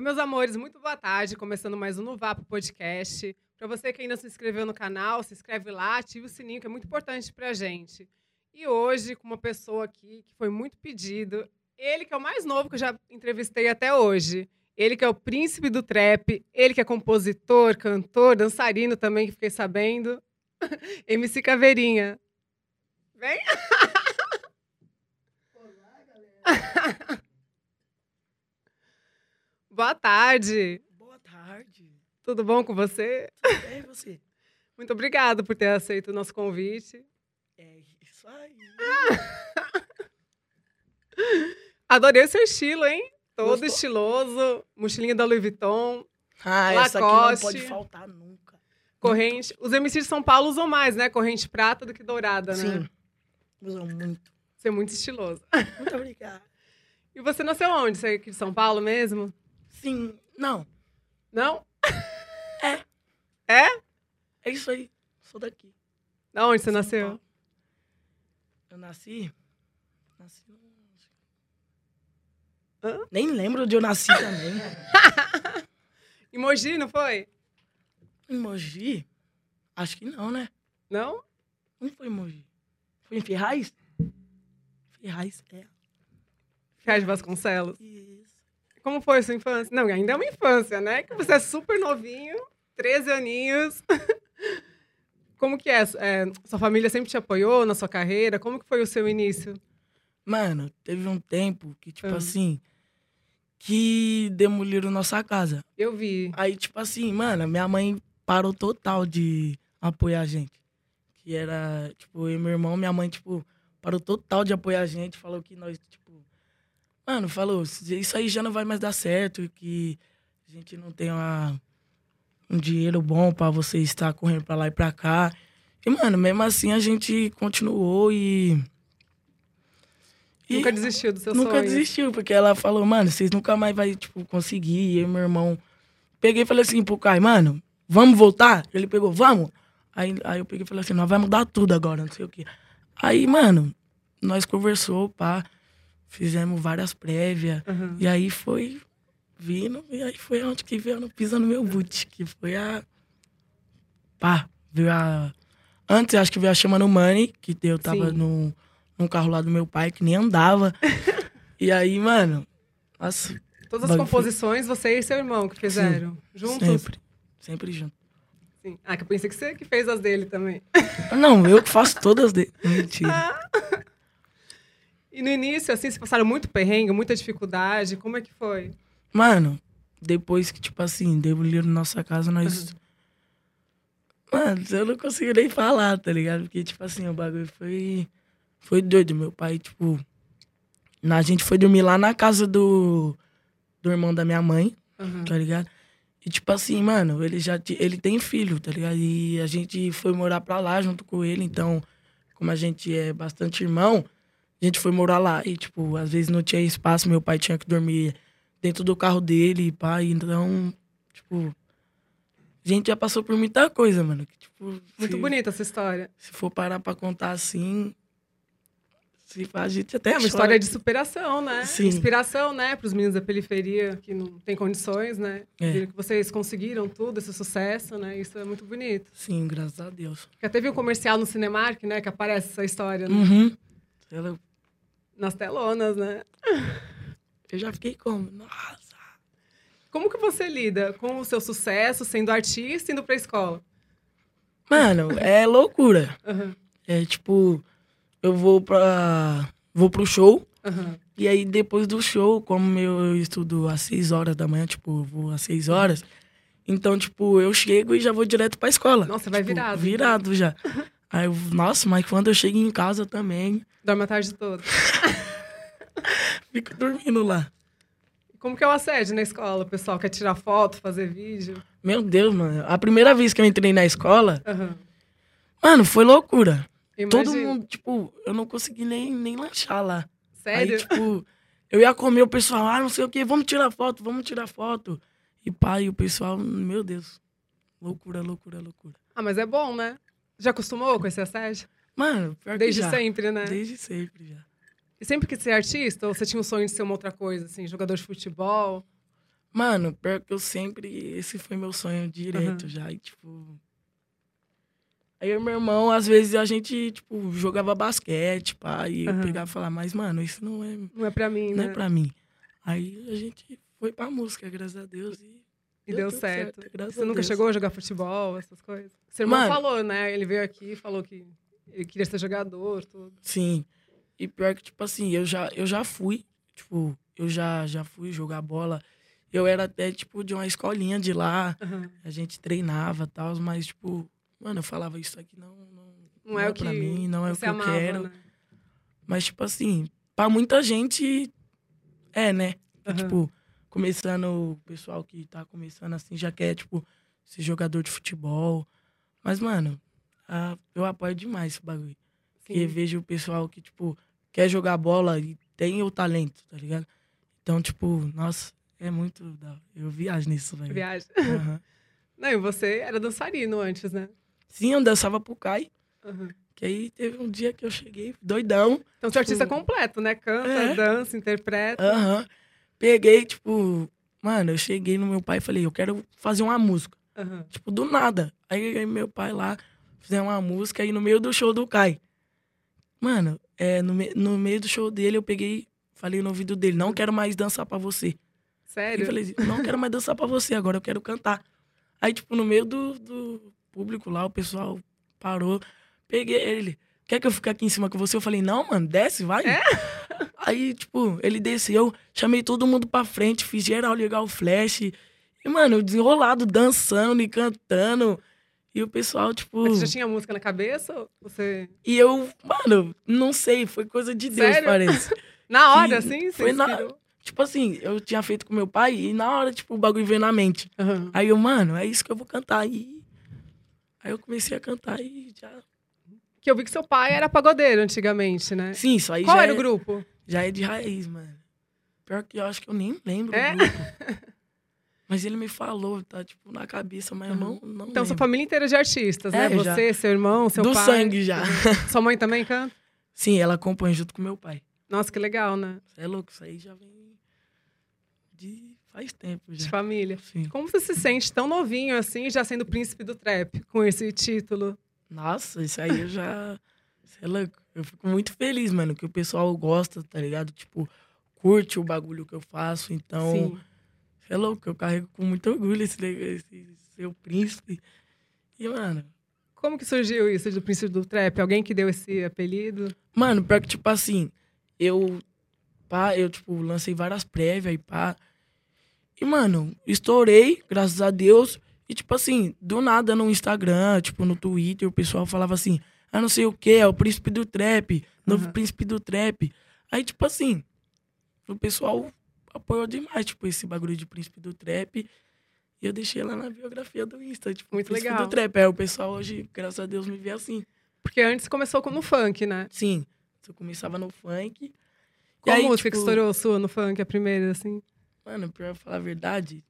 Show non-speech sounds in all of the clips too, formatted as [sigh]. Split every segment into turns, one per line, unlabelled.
meus amores, muito boa tarde. Começando mais um Novapo Podcast. Para você que ainda se inscreveu no canal, se inscreve lá, ative o sininho, que é muito importante pra gente. E hoje, com uma pessoa aqui que foi muito pedido, ele que é o mais novo que eu já entrevistei até hoje. Ele que é o príncipe do trap, ele que é compositor, cantor, dançarino também, que fiquei sabendo. [laughs] MC Caveirinha. Vem! Boa tarde!
Boa
[laughs]
tarde.
Tudo bom com você?
Tudo bem, e você?
Muito obrigado por ter aceito o nosso convite.
É isso aí.
Adorei o seu estilo, hein? Todo
Gostou?
estiloso, mochilinha da Louis Vuitton,
Ah, essa aqui não
Lacoste.
pode faltar nunca.
corrente. Os MCs de São Paulo usam mais, né? Corrente prata do que dourada, né?
Sim. Usam muito.
Você é muito estiloso.
Muito obrigada.
E você nasceu onde? Você é aqui de São Paulo mesmo?
Sim. Não,
Não?
é isso aí. Sou daqui.
Da onde você
São
nasceu?
Paulo. Eu nasci. Nasci. no-
Hã?
Nem lembro onde eu nasci também.
Em Mogi, não foi?
em Mogi? Acho que não, né?
Não?
Não foi em Mogi. Foi em Ferraz? Ferraz, é.
Ferraz de Vasconcelos.
Isso.
Como foi a sua infância? Não, ainda é uma infância, né? Que você é super novinho, 13 aninhos. [laughs] Como que é? É, Sua família sempre te apoiou na sua carreira? Como que foi o seu início?
Mano, teve um tempo que, tipo
Ah.
assim, que demoliram nossa casa.
Eu vi.
Aí, tipo assim, mano, minha mãe parou total de apoiar a gente. Que era, tipo, eu e meu irmão, minha mãe, tipo, parou total de apoiar a gente. Falou que nós, tipo. Mano, falou, isso aí já não vai mais dar certo, que a gente não tem uma, um dinheiro bom pra você estar correndo pra lá e pra cá. E, mano, mesmo assim a gente continuou e. e-
Nunca desistiu do seu
nunca
sonho.
desistiu, porque ela falou, mano, vocês nunca mais vai, tipo, conseguir. E eu e meu irmão. Peguei e falei assim pro Caio, mano, vamos voltar? Ele pegou, vamos? Aí, aí eu peguei e falei assim, nós vai mudar tudo agora, não sei o quê. Aí, mano, nós conversou, pá, fizemos várias prévias.
Aham.
E aí foi vindo, e aí foi onde que veio no Pisa no Meu Boot, que foi a. Pá, veio a. Antes acho que veio a Chama no Money, que eu tava
Sim.
no, num carro lá do meu pai que
[laughs]
nem andava. e aí, mano, nossa,
Todas as
Bagulho.
composições, você e seu irmão que fizeram. Juntos?
sempre. Sempre junto.
Sim. Ah, que eu pensei que você que fez as dele também.
Não, eu que faço todas de... Mentira.
E no início, assim, vocês passaram muito perrengue, muita dificuldade. Como é que foi?
Mano, depois que, tipo assim, demoliram nossa casa, nós. Mano, eu não consigo nem falar, tá ligado? Porque, tipo assim, o bagulho foi. Foi doido. Meu pai, tipo. na- A gente foi dormir lá na casa do. Do irmão da minha mãe,
Aham.
tá ligado? E, tipo assim, mano, ele já. ti- Ele tem filho, tá ligado? E a gente foi morar pra lá junto com ele, então. Como a gente é bastante irmão, a gente foi morar lá. E, tipo, às vezes não tinha espaço, meu pai tinha que dormir dentro do carro dele, pai. Então, tipo, a gente já passou por muita coisa, mano. que, tipo,
Muito
se,
bonita essa história.
Se for parar pra contar assim, se a gente até
É uma
chora.
história de superação, né?
Sim.
Inspiração, né? Para os meninos da periferia que não têm condições, né?
É.
Viram que vocês conseguiram tudo, esse sucesso, né? Isso é muito bonito.
Sim, graças a Deus.
Já teve um comercial no Cinemark, né? Que aparece essa história né?
Uhum. Ela-
nas telonas, né?
eu já fiquei como, nossa.
Como que você lida com o seu sucesso, sendo artista, indo pra escola?
Mano, é loucura.
Aham,
É tipo, eu vou pra. Vou pro show.
aham.
E aí, depois do show, como eu eu estudo às 6 horas da manhã, tipo, eu vou às 6 horas. Então, tipo, eu chego e já vou direto pra escola.
Nossa, vai
Tipo,
virado, então. [laughs]
Virado já. Aí, eu, nossa, mas quando eu chego em casa também,
Dorme a tarde toda.
fico dormindo lá.
Como que é o assédio na escola? O pessoal quer tirar foto, fazer vídeo?
Meu Deus, mano. A primeira vez que eu entrei na escola,
Aham.
mano, foi loucura. Todo
Imagina.
mundo, tipo, eu não consegui nem, nem lanchar lá.
Sério?
Aí, tipo, eu ia comer, o pessoal, ah, não sei o quê, vamos tirar foto, vamos tirar foto. E pai, o pessoal, meu Deus. Loucura, loucura, loucura.
Ah, mas é bom, né? Já acostumou com esse assédio?
Mano, pior
Desde
que já.
sempre, né?
Desde sempre já.
E sempre quis ser artista, ou você tinha um sonho de ser uma outra coisa, assim, jogador de futebol?
Mano, pior que eu sempre. Esse foi meu sonho direto
Aham.
já. E, tipo. Aí eu e meu irmão, às vezes a gente, tipo, jogava basquete, pá. E eu
Aham.
pegava e falava, mas, mano, isso não é,
Não é pra mim,
não
né?
é pra mim. Aí a gente foi pra música, graças a Deus. E
E deu
tudo
certo.
graças
Você
a
nunca
Deus.
chegou a jogar futebol, essas coisas? Seu irmão
Mano.
falou, né? Ele veio aqui e falou que ele queria ser jogador, tudo.
Sim. E pior que, tipo assim, eu já, eu já fui, tipo, eu já, já fui jogar bola. Eu era até, tipo, de uma escolinha de lá.
Aham.
A gente treinava e tal, mas, tipo, mano, eu falava isso aqui não. Não,
Não é o que
pra mim, não é o
Você
que eu
amava,
quero.
né?
Mas, tipo assim, pra muita gente, é, né?
Aham.
Tipo, começando, o pessoal que tá começando assim já quer, tipo, ser jogador de futebol. Mas, mano, ah, eu apoio demais esse bagulho. Porque
Sim.
vejo o pessoal que, tipo, quer jogar bola e tem o talento, tá ligado? Então, tipo, nossa, é muito. da- Eu viajo nisso, velho.
Viagem.
Aham.
Não, e você era dançarino antes, né?
Sim, eu dançava pro Kai.
Aham.
Que aí teve um dia que eu cheguei, doidão.
Então você é artista
Tipo,
completo, né? Canta,
é.
dança, interpreta.
Aham. Peguei, tipo. Mano, eu cheguei no meu pai e falei, eu quero fazer uma música.
Aham.
Tipo, do nada. Aí aí meu pai lá, fizemos uma música e no meio do show do Kai. Mano, é, no, me- no meio do show dele eu peguei, falei no ouvido dele, não quero mais dançar pra você.
Sério?
Eu falei assim, não quero mais dançar pra você, agora eu quero cantar. Aí, tipo, no meio do, do público lá, o pessoal parou, peguei ele. Quer que eu fique aqui em cima com você? Eu falei, não, mano, desce, vai.
É?
[laughs] Aí, tipo, ele desceu, chamei todo mundo pra frente, fiz geral ligar o flash. E, mano, eu desenrolado, dançando e cantando. E o pessoal, tipo.
Mas você já tinha música na cabeça? ou Você...
E eu, mano, não sei, foi coisa de Deus,
Sério?
parece.
Na hora,
Sim,
assim? Você
foi na-
inspirou?
Tipo assim, eu tinha feito com meu pai e na hora, tipo, o bagulho veio na mente.
Aham.
Aí eu, mano, é isso que eu vou cantar. E... Aí eu comecei a cantar e já.
Que eu vi que seu pai era pagodeiro antigamente, né?
Sim, isso aí
Qual
já,
era
é,
o grupo?
já é de raiz, mano. Pior que eu acho que eu nem lembro. o
É? [laughs]
grupo. Mas ele me falou, tá tipo na cabeça, mas eu não, não
Então, sua
lembro.
família inteira de artistas,
É,
né?
já.
Você, seu irmão, seu
Do
pai.
sangue já.
[laughs] Sua mãe também canta?
Sim, ela acompanha junto com meu pai.
Nossa, que legal, né?
Cê é louco, isso aí já vem de faz tempo
De
já.
família.
Sim.
Como você se sente tão novinho assim, já sendo príncipe do trap, com esse título?
Nossa, isso aí eu já. Sei lá, eu fico muito feliz, mano, que o pessoal gosta, tá ligado? Tipo, curte o bagulho que eu faço. Então,
Sim.
sei lá, eu carrego com muito orgulho esse, neg- esse seu príncipe. E, mano,
Como que surgiu isso do príncipe do trap? Alguém que deu esse apelido?
mano, pior que, tipo assim, eu. Pá, eu, tipo, lancei várias prévias e pá. E, mano, estourei, graças a Deus. E, tipo assim, do nada no Instagram, tipo, no Twitter, o pessoal falava assim, ah, não sei o que, é o príncipe do trap, novo
Aham.
príncipe do trap. Aí, tipo assim, o pessoal apoiou demais, tipo, esse bagulho de príncipe do trap. E eu deixei lá na biografia do Insta, tipo,
Muito
príncipe
legal.
do trap. Aí o pessoal hoje, graças a Deus, me vê assim.
Porque antes começou com- no funk, né?
Sim, eu começava no funk.
Qual
aí,
música que
tipo,
estourou sua no funk, a primeira, assim?
Mano, pior falar a verdade,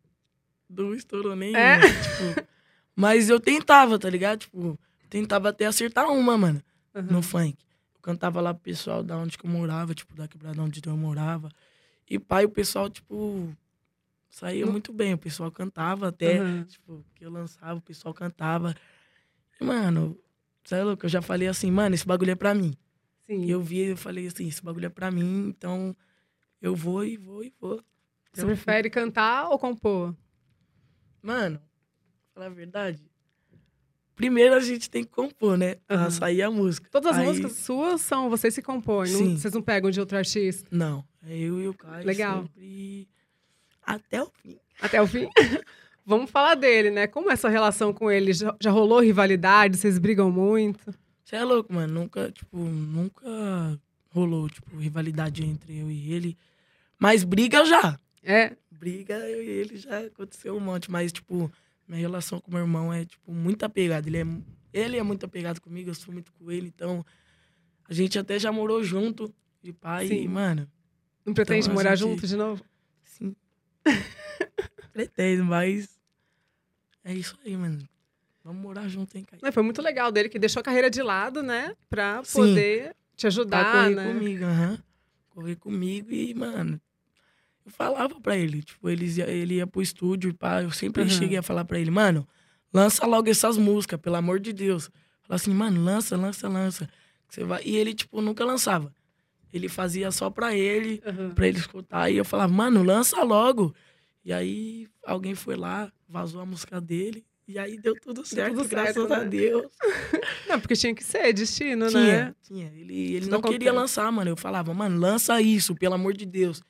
não estourou nem
É?
uma, [laughs] tipo, Mas eu tentava, tá ligado? Tipo, tentava até acertar uma, mano,
Aham.
no funk. Eu cantava lá pro pessoal da onde que eu morava, tipo, da quebrada onde eu morava. E pai, o pessoal, tipo, saía
No-
muito bem. O pessoal cantava até,
Aham.
tipo, que eu lançava, o pessoal cantava. E, mano, sabe, louco? Eu já falei assim, mano, esse bagulho é pra mim.
Sim.
E eu vi, eu falei assim, esse bagulho é pra mim, então eu vou e vou e vou.
Você
Eu-
prefere cantar ou compor?
Mano, falar a verdade. Primeiro a gente tem que compor, né? Pra
Aham.
sair a música.
Todas as
Aí-
músicas suas são vocês se compõem, não-
Sim.
vocês não pegam de outro artista
Não. É eu e o Caio.
Legal.
sempre Até o fim.
até o fim. [laughs] Vamos falar dele, né? Como é essa relação com ele? Já, já rolou rivalidade? Vocês brigam muito?
Você é louco, mano. Nunca, tipo, nunca rolou, tipo, rivalidade entre eu e ele. Mas briga já.
É?
Briga, eu e ele já aconteceu um monte. Mas, tipo, minha relação com meu irmão é, tipo, muito apegada. Ele é, mu- ele é muito apegado comigo, eu sou muito com ele. Então, a gente até já morou junto de pai.
Sim.
E, mano,
Não pretende
Então, a
morar
gente-
junto de novo?
Sim. Pretendo, mas. É isso aí, mano. Vamos morar junto, hein, Caio?
Não, foi muito legal dele, que deixou a carreira de lado, né? Pra
Sim. Tá
poder te
Pra
ajudar,
correr
né?
comigo, aham. Correr comigo e, mano. Eu eu falava pra ele. Tipo, eles ia- ele ia pro estúdio e pá, eu sempre
Uhum.
cheguei a falar pra ele, mano, lança logo essas músicas, pelo amor de Deus. Falava assim, mano, lança, lança, lança. que Você vai... E ele, tipo, nunca lançava. Ele fazia só pra ele,
Aham.
pra ele escutar. E eu falava, mano, lança logo. E aí alguém foi lá, vazou a música dele. E aí deu tudo certo,
certo,
graças a
né?
Deus.
Não, porque tinha que ser destino, né?
Tinha, tinha. Ele, ele
Isso
não queria
acontece.
lançar, mano. Eu falava, mano, lança isso, pelo amor de Deus.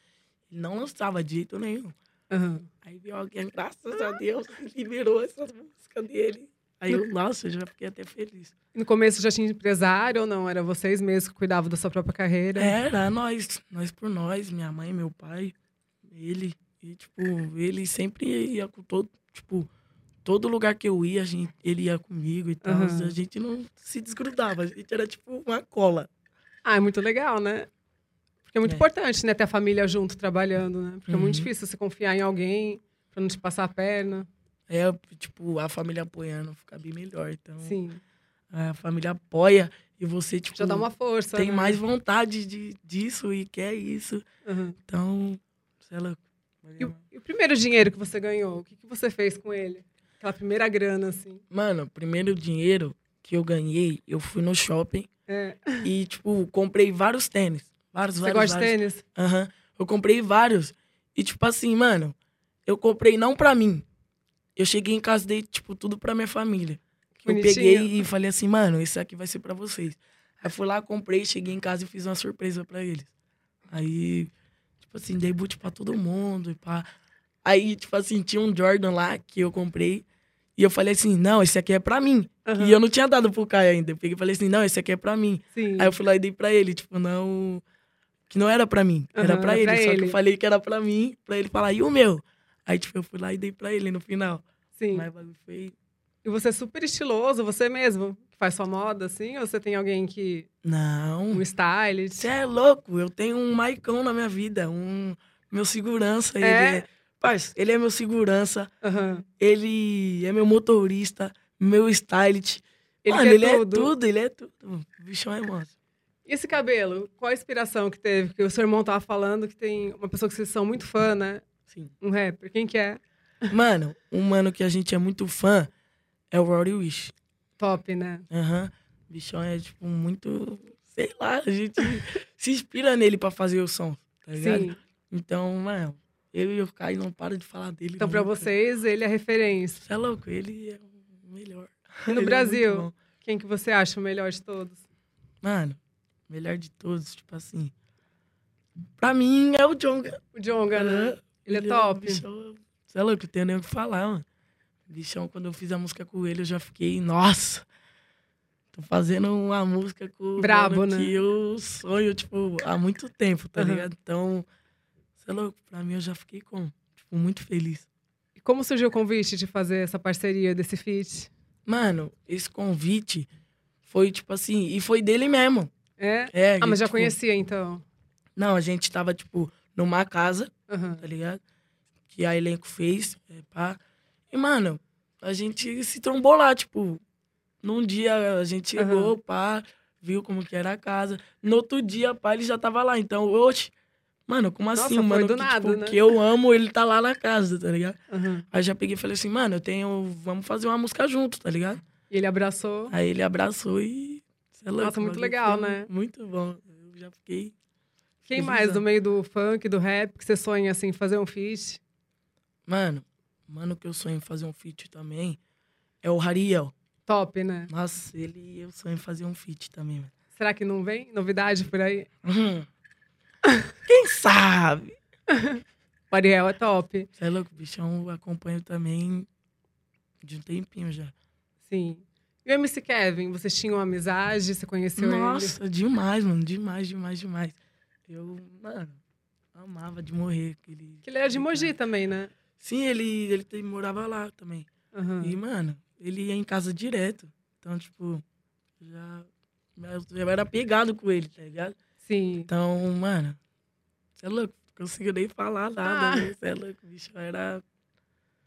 Ele não lançava de jeito nenhum.
Aham.
Aí veio alguém, graças a Deus, [laughs] liberou essas músicas dele. Aí eu, nossa, eu já fiquei até feliz.
No começo já tinha empresário ou não? Era vocês mesmos que cuidavam da sua própria carreira?
Era nós, nós por nós, minha mãe, meu pai, ele. E, tipo, ele sempre ia com todo, tipo, todo lugar que eu ia, a gente, ele ia comigo e tal.
Aham.
A gente não se desgrudava, a gente era tipo uma cola.
Ah, é muito legal, né? Porque é muito
É.
importante, né? Ter a família junto trabalhando, né? Porque é
Uhum.
muito difícil você confiar em alguém pra não te passar a perna.
É, tipo, a família apoiando fica bem melhor. Então,
Sim.
a família apoia e você, tipo,
Já dá uma força.
tem
né?
mais vontade de, disso e quer isso.
Aham.
Então, sei lá.
Uhum.
É.
E, o, e o primeiro dinheiro que você ganhou, o que, que você fez com ele? Aquela primeira grana, assim.
Mano, o primeiro dinheiro que eu ganhei, eu fui no shopping
É.
e, tipo, comprei vários tênis. Vários,
Você
vários,
gosta
vários.
de tênis?
Aham. Eu comprei vários. E, tipo assim, mano, eu comprei não pra mim. Eu cheguei em casa e dei, tipo, tudo pra minha família.
Que
Eu
bonitinho.
peguei e falei assim, mano, esse aqui vai ser pra vocês. Aí fui lá, comprei, cheguei em casa e fiz uma surpresa pra eles. Aí, tipo assim, dei boot pra todo mundo e pá. Aí, tipo assim, tinha um Jordan lá que eu comprei. E eu falei assim, não, esse aqui é pra mim.
Aham,
E eu não tinha dado pro Caio ainda. Eu peguei e falei assim, não, esse aqui é pra mim.
Sim.
Aí eu fui lá e dei pra ele, tipo, não. Que não era pra mim, era
Aham,
pra
era
ele.
pra
só que
ele.
eu falei que era pra mim, pra ele falar, e o meu? Aí, tipo, eu fui lá e dei pra ele no final.
Sim.
Mas o bagulho foi.
E você é super estiloso, você mesmo, que faz sua moda, assim? Ou você tem alguém que.
Não.
Um stylist?
Você é louco, eu tenho um Maicão na minha vida, um meu segurança. Ele
É?
é, parça, ele é meu segurança,
Aham.
ele é meu motorista, meu stylist.
Ele
Mano,
quer
ele
tudo.
é tudo, ele é tudo. O bichão é monstro.
E esse cabelo, qual a inspiração que teve? Porque o seu irmão tava falando que tem uma pessoa que vocês são muito fã, né?
Sim.
Um rapper. Quem que é?
Mano, um mano que a gente é muito fã é o Rory Wish.
Top, né?
Aham. O bichão é, tipo, muito. Sei lá, a gente [laughs] se inspira nele pra fazer o som, tá ligado?
Sim.
Então, mano, eu e o Caio não para de falar dele.
Então, pra
nunca.
vocês, ele é referência.
Você é louco, ele é o melhor.
E
Ele
[laughs] no
é muito
Brasil,
bom.
quem que você acha o melhor de todos?
Mano, melhor de todos, tipo assim. Pra mim é o Jonga.
O Jonga, né?
Aham.
Ele é
Ah, o
top.
bichão- Você é louco, eu tenho nem o que falar, mano. Bichão, quando eu fiz a música com ele, eu já fiquei, nossa. Tô fazendo uma música com o
Brabo,
mano
né?
que eu sonho, tipo, há muito tempo, tá
Aham.
ligado? Então, você é louco, pra mim eu já fiquei com, tipo, muito feliz.
E como surgiu o convite de fazer essa parceria desse feat?
Mano, esse convite foi, tipo assim, e foi dele mesmo.
É?
É,
Ah, mas já
tipo,
conhecia, então.
Não, a gente tava, tipo, numa casa,
Aham.
tá ligado? Que a elenco fez, é, pá. E, mano, a gente se trombou lá, tipo. Num dia a gente
Aham.
chegou, pá, viu como que era a casa. No outro dia, pá, ele já tava lá. Então, oxe, mano, como
Nossa,
assim,
foi
mano?
do
que,
nada,
tipo,
né?
que eu amo, ele tá lá na casa, tá ligado?
aham.
Aí já peguei e falei assim, mano, eu tenho. Vamos fazer uma música junto, tá ligado?
E ele abraçou.
Aí ele abraçou e. Cê é louco,
Nossa, muito
o bagulho
legal,
foi
né?
Muito bom. Eu já fiquei.
Quem
Felizão.
mais do meio do funk, do rap, que você sonha, assim, fazer um feat?
Mano, mano, que eu sonho em fazer um feat também é o Rariel.
Top, né?
Nossa, ele eu sonho em fazer um feat também, mano.
Será que não vem novidade por aí?
Hum. Quem sabe?
O Ariel é top.
Você é louco, bichão, eu acompanho também de um tempinho já.
Sim. E o MC Kevin, vocês tinham amizade? Você conheceu ele?
Nossa, demais, mano. Demais, demais, demais. Eu, mano, amava de morrer. Aquele,
Que ele era de Mogi também, né?
Sim, ele, ele tem- morava lá também.
Aham.
E, mano, ele ia em casa direto. Então, tipo, já, já era pegado com ele, tá ligado?
Sim.
Então, mano, você é louco, não consigo nem falar
Ah.
nada, você é louco, bicho. Era.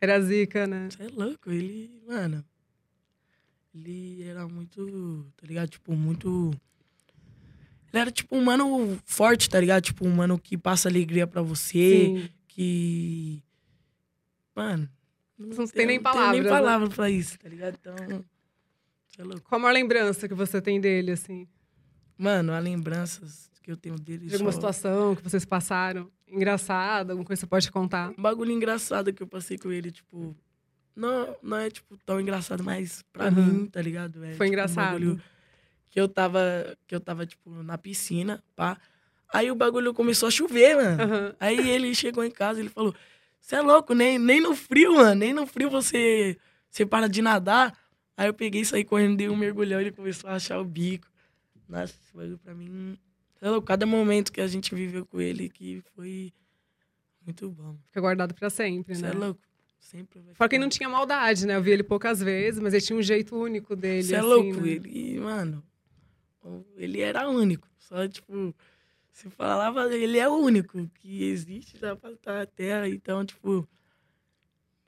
Era zica, né?
Você é louco, ele, mano. Ele era muito, tá ligado? Tipo, muito. Ele era tipo um mano forte, tá ligado? Tipo, um mano que passa alegria pra você,
Sim.
que. Mano.
Não tem nem palavras, né?
Não tem nem palavra pra isso, tá ligado? Então. Você é louco.
Qual a maior lembrança que você tem dele, assim?
Mano, as lembranças que eu tenho dele.
De alguma
só-
situação que vocês passaram? Engraçada, alguma coisa que você pode contar?
Um bagulho engraçado que eu passei com ele, tipo. Não, não é, tipo, tão engraçado, mas pra
Aham.
mim, tá ligado? É, tipo,
Uhum. Foi engraçado.
bagulho que eu tava. Que eu tava, tipo, na piscina, pá. Aí o bagulho começou a chover, mano.
Aham.
Aí ele chegou em casa ele falou: Você é louco, nem, nem no frio, mano. Nem no frio você, você para de nadar. Aí eu peguei, saí correndo, dei um mergulhão ele começou a achar o bico. Nossa, esse bagulho pra mim. Cê é louco, cada momento que a gente viveu com ele que foi muito bom.
Fica guardado pra sempre,
Você
né?
é louco. Sempre vai um
Fora que ele
ficar-
não tinha maldade, né? Eu vi ele poucas vezes, mas ele tinha um jeito único dele.
Você é
assim,
louco,
né?
ele, mano. Ele era único. Só, tipo, você falava, ele é o único que existe já pra tá na Terra. Então, tipo,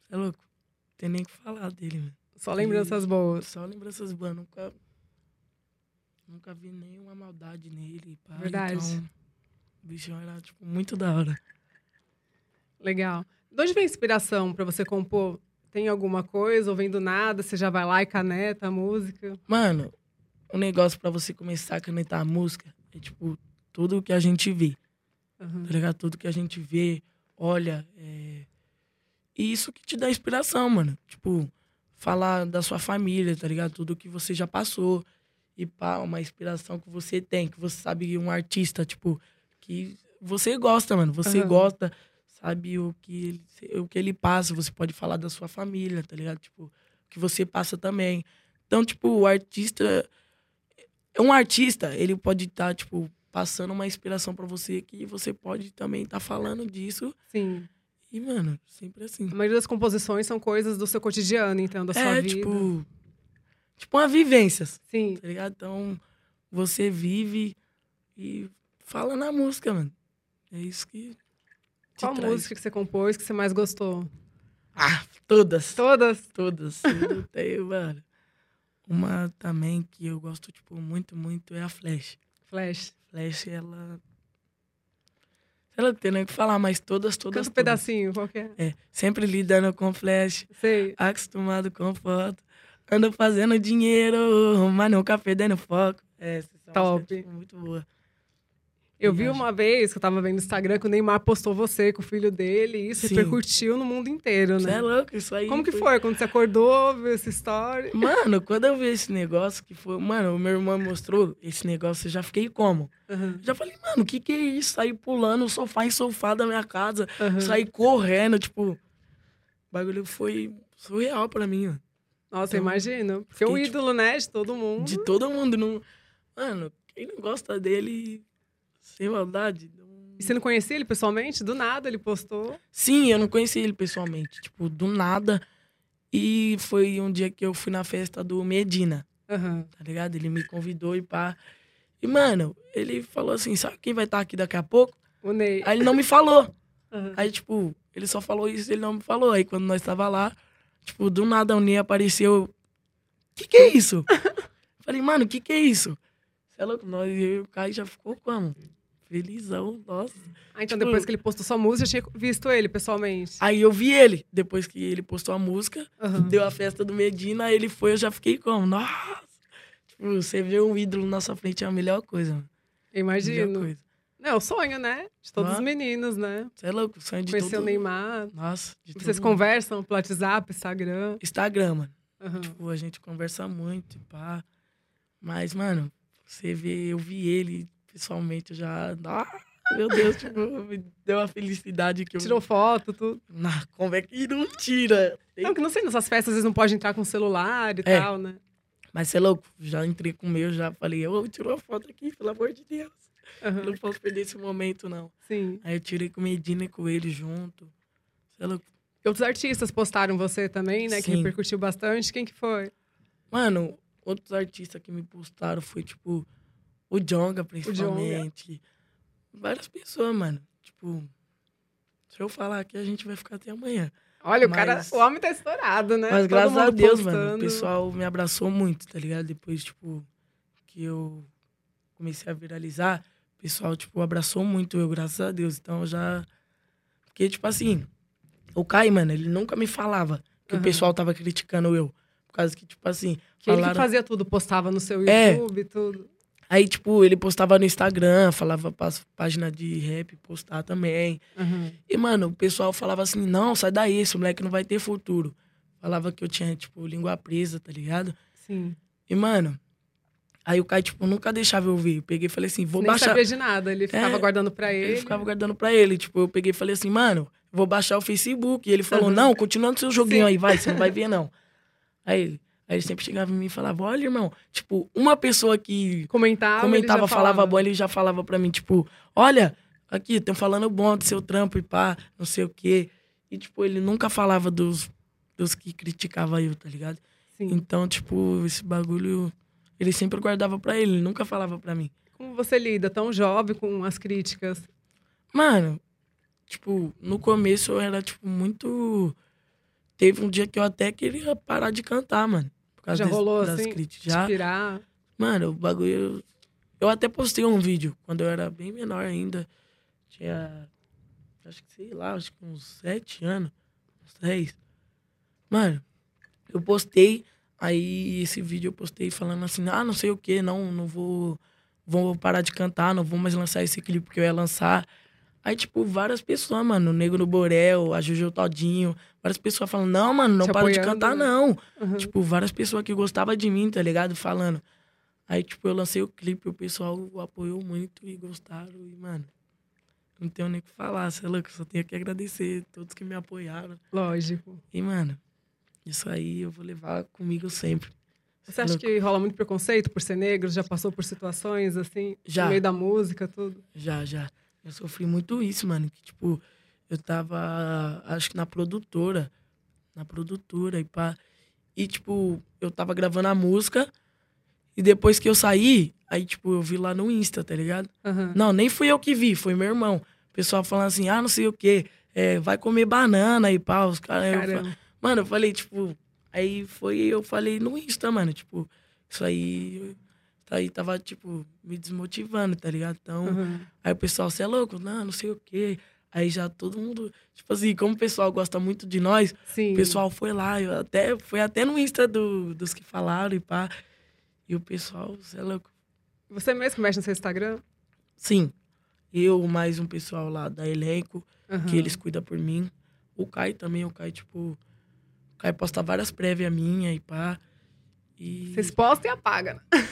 você é louco. Não tem nem o que falar dele, mano.
Só lembranças boas.
Só lembranças boas. Nunca, nunca vi nenhuma maldade nele. Pá.
Verdade.
Então, o bichão era, tipo, muito da hora.
Legal. De onde vem a inspiração pra você compor? Tem alguma coisa, ou vem do nada, você já vai lá e caneta a música?
Mano, um negócio pra você começar a canetar a música é, tipo, tudo o que a gente vê.
Aham.
tá ligado? Tudo que a gente vê, olha. é, E isso que te dá inspiração, mano. Tipo, falar da sua família, tá ligado? Tudo que você já passou. E pá, uma inspiração que você tem, que você sabe que um artista, tipo, que você gosta, mano. Você
Aham.
gosta, sabe o que, ele, o que ele passa. Você pode falar da sua família, tá ligado? Tipo, o que você passa também. Então, tipo, o artista. Um artista, ele pode estar, tipo, passando uma inspiração pra você que você pode também estar falando disso.
Sim.
E, mano, sempre assim.
A maioria das composições são coisas do seu cotidiano, então, da sua
é,
vida.
tipo. Tipo, uma vivência,
Sim.
tá ligado? Então, você vive e fala na música, mano. É isso que. te
Qual
traz.
música que você compôs que você mais gostou?
Ah, todas.
Todas?
Todas. Eu tenho, mano. Uma também que eu gosto, tipo, muito, muito é a Flash.
Flash.
Flash, ela. Ela não tem nem o que falar, mas todas, todas.
Canta um
todas.
pedacinho, qualquer.
É, sempre lidando com Flash,
Sei.
acostumado com foto. Ando fazendo dinheiro, mas nunca perdendo foco. É, essa é uma
Top.
música, tipo, muito boa.
Eu vi
Verdade.
uma vez que eu tava vendo no Instagram que o Neymar postou você com o filho dele e isso
Sim.
repercutiu no mundo inteiro,
Você
né?
é louco, isso aí.
Como que foi? Quando você acordou, viu essa história?
Mano, quando eu vi esse negócio que foi. Mano, o meu irmão mostrou esse negócio, eu já fiquei como?
Aham,
Já falei, mano, o que, que é isso? Saí pulando sofá em sofá da minha casa.
aham.
Saí correndo, tipo. O bagulho foi surreal pra mim, ó.
Nossa,
Então,
imagina. Porque é um
fiquei, tipo,
ídolo, né? De todo mundo.
De todo mundo. Não... Mano, quem não gosta dele, sem maldade. não-
E você não conhecia ele pessoalmente? Do nada ele postou.
Sim, eu não conheci ele pessoalmente, tipo, do nada. E foi um dia que eu fui na festa do Medina,
Aham.
tá ligado? Ele me convidou e pá. E, mano, ele falou assim: sabe quem vai estar aqui daqui a pouco?
O Ney.
Aí ele não me falou.
Aham.
Aí, tipo, ele só falou isso, ele não me falou. Aí quando nós tava lá, tipo, do nada a Ney apareceu. Que que é isso? Falei, mano, que que é isso? Você é louco? Nós, eu e o Caio já ficou como? Felizão, nossa.
Ah, então
tipo-
depois que ele postou sua música, eu tinha visto ele pessoalmente.
Aí eu vi ele, depois que ele postou a música,
Aham.
deu a festa do Medina, aí ele foi, eu já fiquei como? Nossa! Tipo, você vê um ídolo na sua frente é a melhor coisa, mano.
Eu
A Melhor
Imagino.
coisa.
Não, é o sonho, né? De todos
Não
os
é?
meninos, né?
Você é louco? Sonho de
Conhecer o
todo...
Neymar.
Nossa, de
Vocês
todo mundo.
conversam pelo WhatsApp, Instagram.
Instagram, mano.
Aham.
Tipo, a gente conversa muito, pá. Mas, mano, você vê, eu vi ele pessoalmente, eu já. Ah, meu Deus, tipo, me deu uma felicidade que eu.
Tirou foto, tudo.
Na, como é que não tira? Tem-
Não, que não sei, nessas festas às vezes não pode entrar com celular e
É.
tal, né?
Mas você é louco, já entrei com o meu, já falei, eu tirou a foto aqui, pelo amor de Deus.
Aham.
Eu não posso perder esse momento, não.
Sim.
Aí eu tirei com o Medina e com ele junto. Você é louco.
E outros artistas postaram você também, né? Que
Sim.
repercutiu bastante. Quem que foi?
Mano, outros artistas que me postaram foi, tipo, o Jonga, principalmente. Várias pessoas, mano. Tipo, se eu falar aqui, a gente vai ficar até amanhã.
Olha, o
Mas-
cara, o homem tá estourado, né?
Mas
Todo
graças a
mundo
Deus, mano, o
postando.
pessoal me abraçou muito, tá ligado? Depois, tipo, que eu comecei a viralizar, o pessoal, tipo, abraçou muito eu, graças a Deus. Então, eu já Porque, tipo assim, o Kai, mano, ele nunca me falava que
Aham.
o pessoal tava criticando eu. Por causa que, tipo assim,
Que ele que
falaram-
fazia tudo, postava no seu
É.
YouTube, tudo.
Aí, tipo, ele postava no Instagram, falava pra página de rap postar também.
Aham.
E, mano, o pessoal falava assim, não, sai daí, esse moleque não vai ter futuro. Falava que eu tinha, tipo, língua presa, tá ligado?
Sim.
E, mano, aí o Kai, tipo, nunca deixava eu ver. Eu peguei e falei assim, vou
Nem
baixar.
sabia de nada, ele ficava guardando pra ele.
É. Ele ficava guardando pra ele. Tipo, eu peguei e falei assim, mano, vou baixar o Facebook. E ele falou,
Aham.
não, continua no seu
Sim.
joguinho aí, vai, você não vai ver, não. Aí ele, aí ele sempre chegava em mim e falava, olha, irmão, tipo, uma pessoa que
Comentava, Ah, ele
comentava,
já
falava bom, ele já falava pra mim, tipo, olha, aqui, estão falando bom do seu trampo e pá, não sei o quê. E, tipo, ele nunca falava dos, dos que criticava eu, tá ligado?
Sim.
Então, tipo, esse bagulho, ele sempre guardava pra ele, ele nunca falava pra mim.
Como você lida tão jovem com as críticas?
Mano, tipo, no começo eu era, tipo, muito. Teve um dia que eu até queria parar de cantar, mano. Por causa
Já
des-
rolou
das
assim?
críticas. Já.
Tirar.
Mano, o bagulho. Eu até postei um vídeo quando eu era bem menor ainda. Tinha. Acho que sei lá, acho que uns sete anos. Uns dez. Mano, eu postei. Aí esse vídeo eu postei falando assim: ah, não sei o que, não, não vou. Vou parar de cantar, não vou mais lançar esse clipe que eu ia lançar. Aí, tipo, várias pessoas, mano, o Negro do Borel, a Juju Todinho, várias pessoas falando, não, mano, não
Te
para de
apoiando,
cantar,
né?
não.
Aham.
Tipo, várias pessoas que gostavam de mim, tá ligado? Falando. Aí, tipo, eu lancei o clipe, o pessoal apoiou muito e gostaram. E, mano, não tenho nem o que falar, sei lá, que só tenho que agradecer a todos que me apoiaram.
Lógico.
E, mano, isso aí eu vou levar comigo sempre.
Você acha que rola muito preconceito por ser negro? Já passou por situações assim?
Já.
No meio da música, tudo?
Já, já. Eu sofri muito isso, mano. Que, tipo, eu tava, acho que na produtora. Na produtora e pá. E, tipo, eu tava gravando a música. E depois que eu saí, aí, tipo, eu vi lá no Insta, tá ligado?
Aham.
Não, nem fui eu que vi, foi meu irmão. O pessoal falando assim, ah, não sei o quê. é, vai comer banana e pá. Os caras. eu fa-
Caramba.
Mano, eu falei, tipo. Aí foi, eu falei no Insta, mano. Tipo, isso aí. Isso aí tava, tipo, me desmotivando, tá ligado? Então.
Aham.
Aí o pessoal, você é louco? Não, não sei o quê. Aí já todo mundo, tipo assim, como o pessoal gosta muito de nós,
Sim.
o pessoal foi lá, eu até, foi até no Insta do- dos que falaram e pá. E o pessoal, você é louco?
Você mesmo que mexe no seu Instagram?
Sim, eu mais um pessoal lá da elenco,
Aham.
que eles cuidam por mim. O Kai também, o Kai, tipo, o Kai posta várias prévias minha e pá. E,
Vocês postam e apagam. né?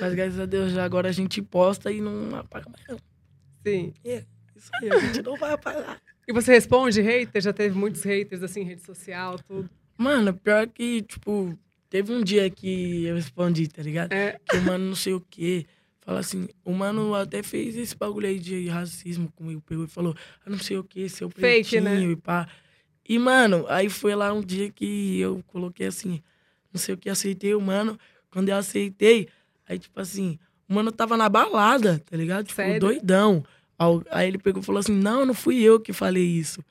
mas graças a Deus, já agora a gente posta e não apaga mais não.
Sim.
Isso aí, a gente não
[laughs]
vai apagar.
E você responde hater? Já teve muitos haters assim em rede social, tudo.
Mano, pior que, tipo, teve um dia que eu respondi, tá ligado?
É.
Que o mano não sei o quê. Fala assim, o mano até fez esse bagulho aí de racismo comigo, pegou e falou, ah, não sei o quê, seu
Fake,
pretinho
né?
e pá. E, mano, aí foi lá um dia que eu coloquei assim, não sei o que, aceitei o mano. Quando eu aceitei, aí, tipo assim, o mano tava na balada, tá ligado? Tipo,
Sério?
doidão. Al- Aí ele pegou e falou assim, não, não fui eu que falei isso.